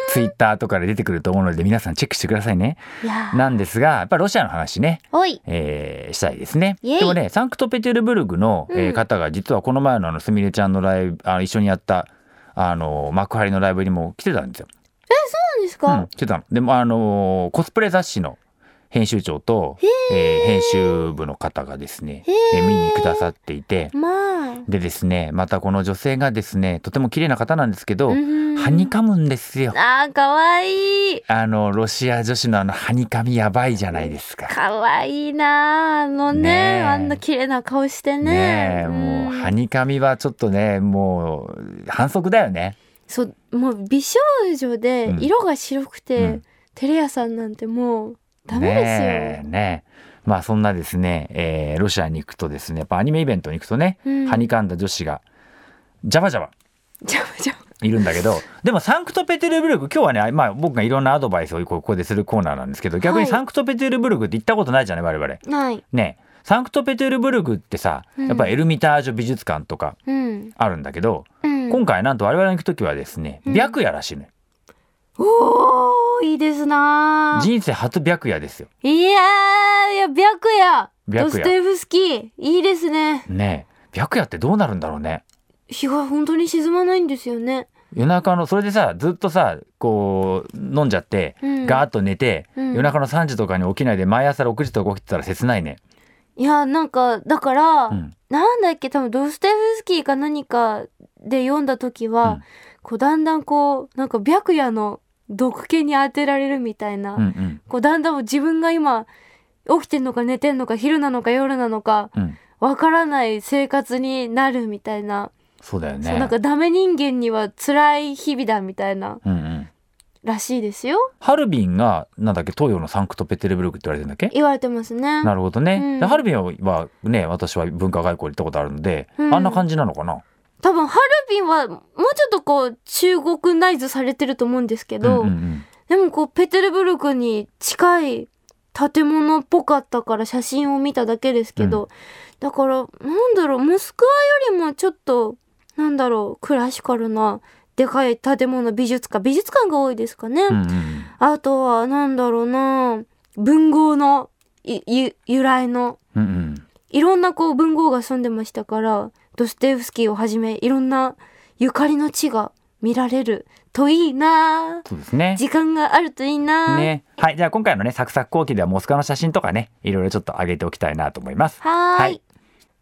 [SPEAKER 4] ツイッターとかで出てくると思うので皆さんチェックしてくださいね。
[SPEAKER 3] いやー
[SPEAKER 4] なんですがやっぱりロシアの話ね、
[SPEAKER 3] おい。
[SPEAKER 4] えーしたいですね。
[SPEAKER 3] イエイ
[SPEAKER 4] でもねサンクトペテルブルクの、えー
[SPEAKER 3] うん
[SPEAKER 4] 方が実はこの前のあのすみれちゃんのライブあの一緒にやったあの幕張のライブにも来てたんですよ。
[SPEAKER 3] 何です
[SPEAKER 4] うん、してたの。でもあのーコスプレ雑誌の編集長と、えー編集部の方がですね、えー見にくださっていて
[SPEAKER 3] まあ。
[SPEAKER 4] でですねまたこの女性がですねとても綺麗な方なんですけど、
[SPEAKER 3] うん
[SPEAKER 4] はにかむんですよ。
[SPEAKER 3] あー、かわいい。
[SPEAKER 4] あのロシア女子のあのはにかみやばいじゃないですか。
[SPEAKER 3] かわいいなああのね
[SPEAKER 4] ねえ
[SPEAKER 3] あんな綺麗な顔してね
[SPEAKER 4] ねえ
[SPEAKER 3] うん
[SPEAKER 4] もうはにかみはちょっとねもう反則だよね。
[SPEAKER 3] そうもう美少女で
[SPEAKER 4] うん
[SPEAKER 3] 色が白くて、
[SPEAKER 4] うん
[SPEAKER 3] テレ屋さんなんてもうダメですよ、
[SPEAKER 4] ねえねえまあそんなですね、えーロシアに行くとですねやっぱアニメイベントに行くとね、
[SPEAKER 3] うん
[SPEAKER 4] はにかんだ女子がジャバジャバ
[SPEAKER 3] じゃあじゃあ
[SPEAKER 4] いるんだけどでもサンクトペテルブルク今日はね、まあ、僕がいろんなアドバイスをここでするコーナーなんですけど逆に
[SPEAKER 3] はい
[SPEAKER 4] サンクトペテルブルクって行ったことないじゃない我々。
[SPEAKER 3] ない
[SPEAKER 4] ねサンクトペテルブルクってさ
[SPEAKER 3] うん
[SPEAKER 4] やっぱエルミタージュ美術館とか
[SPEAKER 3] うん
[SPEAKER 4] あるんだけど、
[SPEAKER 3] うん
[SPEAKER 4] 今回なんと我々に行く時はですね
[SPEAKER 3] うん
[SPEAKER 4] 白夜らしいのよ、
[SPEAKER 3] おー、いいですなー
[SPEAKER 4] 人生初白夜ですよ。
[SPEAKER 3] いやー、いや、白夜。
[SPEAKER 4] 白夜
[SPEAKER 3] ドストエフスキー。いいですね。
[SPEAKER 4] ねえ。白夜ってどうなるんだろうね。
[SPEAKER 3] 日が本当に沈まないんですよね。
[SPEAKER 4] 夜中のそれでさずっとさこう飲んじゃって、
[SPEAKER 3] うん
[SPEAKER 4] ガーッと寝て、
[SPEAKER 3] うん
[SPEAKER 4] 夜中の3時とかに起きないで毎朝6時とか起きてたら切ないね。
[SPEAKER 3] いや、なんか、だから、
[SPEAKER 4] うん
[SPEAKER 3] なんだっけ、多分ドストエフスキーか何かで読んだ時は、
[SPEAKER 4] うん
[SPEAKER 3] こう、だんだんこう、なんか白夜の毒気に当てられるみたいな、
[SPEAKER 4] うんうん
[SPEAKER 3] こう、だんだん自分が今、起きてんのか寝てんのか昼なのか夜なのか、
[SPEAKER 4] うん、
[SPEAKER 3] わからない生活になるみたいな、
[SPEAKER 4] そうだよ
[SPEAKER 3] そうな
[SPEAKER 4] ね
[SPEAKER 3] ん。かダメ人間には辛い日々だみたいな
[SPEAKER 4] うんうん、
[SPEAKER 3] らしいですよ
[SPEAKER 4] ハルビンがなんだっけ東洋のサンクトペテルブルクって言われてんだっけ
[SPEAKER 3] 言われてますね
[SPEAKER 4] なるほどね。
[SPEAKER 3] うん
[SPEAKER 4] でハルビンはね私は文化外交に行ったことあるので、
[SPEAKER 3] うん
[SPEAKER 4] あんな感じなのかな。
[SPEAKER 3] 多分ハルビンはもうちょっとこう中国ナイズされてると思うんですけど、
[SPEAKER 4] うんうんうん
[SPEAKER 3] でもこうペテルブルクに近い建物っぽかったから写真を見ただけですけど、だからなんだろうモスクワよりもちょっとなんだろうクラシカルなでかい建物美術館美術館が多いですかね、
[SPEAKER 4] うんうん
[SPEAKER 3] あとはなんだろうな文豪のいゆ由来の
[SPEAKER 4] うんうん
[SPEAKER 3] いろんなこう文豪が住んでましたからドステエフスキーをはじめいろんなゆかりの地が見られるといいな
[SPEAKER 4] そうですね。
[SPEAKER 3] 時間があるといいな、
[SPEAKER 4] ね、はいじゃあ今回のねサクサク後期ではモスクワの写真とかねいろいろちょっと上げておきたいなと思います。
[SPEAKER 3] はーい
[SPEAKER 4] はい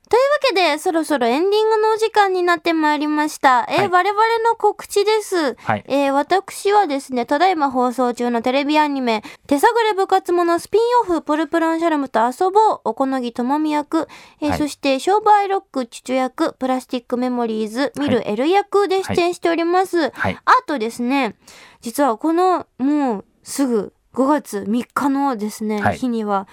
[SPEAKER 3] というわけでそろそろエンディングのお時間になってまいりましたえー、
[SPEAKER 4] はい
[SPEAKER 3] 我々の告知です
[SPEAKER 4] はい
[SPEAKER 3] えー私はですね、ただいま放送中のテレビアニメ、手探り部活者スピンオフ、プルプルンシャルムと遊ぼう、おこのぎともみ役、えー
[SPEAKER 4] はい
[SPEAKER 3] そして、商売ロック、チュチュ役、プラスティックメモリーズ、見る L 役で出演しております。
[SPEAKER 4] はい
[SPEAKER 3] あとですね、実はこの、もうすぐ5月3日のですね、
[SPEAKER 4] はい
[SPEAKER 3] 日には、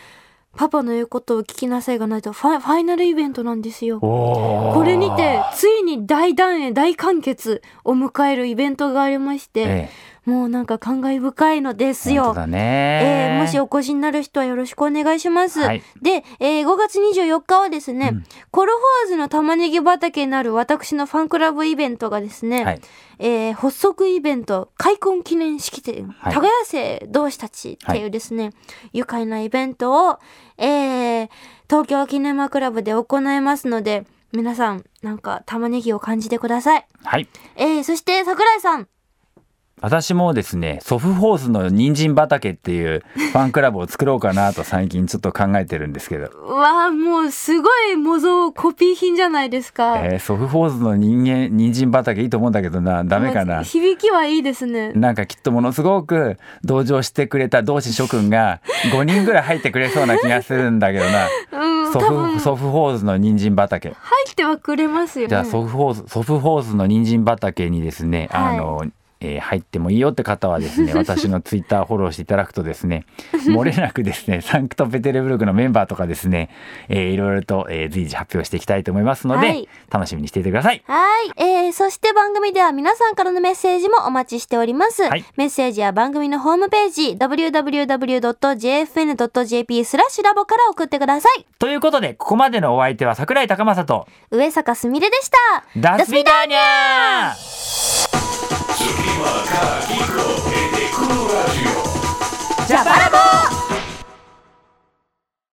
[SPEAKER 3] パパの言うことを聞きなさいがないとファ、ファイナルイベントなんですよ。
[SPEAKER 4] おー
[SPEAKER 3] これにて、ついに大団円、大完結を迎えるイベントがありまして、
[SPEAKER 4] え
[SPEAKER 3] もうなんか感慨深いのです
[SPEAKER 4] え、本当
[SPEAKER 3] よ。
[SPEAKER 4] だ
[SPEAKER 3] え
[SPEAKER 4] ね、
[SPEAKER 3] ーもしお越しになる人はよろしくお願いします。
[SPEAKER 4] はい
[SPEAKER 3] で、えー5月24日はですね、コロフォーズの玉ねぎ畑になる私のファンクラブイベントがですね、
[SPEAKER 4] はい
[SPEAKER 3] えー発足イベント、開墾記念式典、
[SPEAKER 4] はい
[SPEAKER 3] 耕せ同士たちっていうですね、愉快なイベントを、えー東京キネマクラブで行いますので、皆さん、なんか玉ねぎを感じてください。
[SPEAKER 4] はい
[SPEAKER 3] えーそして桜井さん、
[SPEAKER 4] 私もですねソフホースの人参畑っていうファンクラブを作ろうかなと最近ちょっと考えてるんですけど、
[SPEAKER 3] わあもうすごい模造コピー品じゃないですか。
[SPEAKER 4] えー、ソフホースの人間人参畑いいと思うんだけどなダメか
[SPEAKER 3] もう
[SPEAKER 4] な
[SPEAKER 3] 響きはいいですね。
[SPEAKER 4] なんかきっとものすごく同情してくれた同志諸君が5人ぐらい入ってくれそうな気がするんだけどな
[SPEAKER 3] うん、多
[SPEAKER 4] ソ
[SPEAKER 3] 分
[SPEAKER 4] フ
[SPEAKER 3] 入
[SPEAKER 4] ソフホースの人参畑
[SPEAKER 3] ってはくれますよ
[SPEAKER 4] じゃあ
[SPEAKER 3] ね。
[SPEAKER 4] ソフホース、ソフホースの人参畑にですね、
[SPEAKER 3] はい
[SPEAKER 4] あの、えー入ってもいいよって方はです [LAUGHS] ね、私のツイッターフォローしていただくとです [LAUGHS] ね、漏れなくですね、サンクトペテルブルクのメンバーとかですね、えーいろいろと、えー随時発表していきたいと思いますので、
[SPEAKER 3] はい
[SPEAKER 4] 楽しみにしていてください。
[SPEAKER 3] はい、えー、そして番組では皆さんからのメッセージもお待ちしております、
[SPEAKER 4] はい
[SPEAKER 3] メッセージは番組のホームページ www.jfn.jp スラッシュラボから送ってください
[SPEAKER 4] ということで、ここまでのお相手は桜井高政と、
[SPEAKER 3] 上坂すみれでした
[SPEAKER 4] ダスミダーニャー
[SPEAKER 1] Tsukimaka Kiko e Dekuro Radio.
[SPEAKER 3] ジャパラボ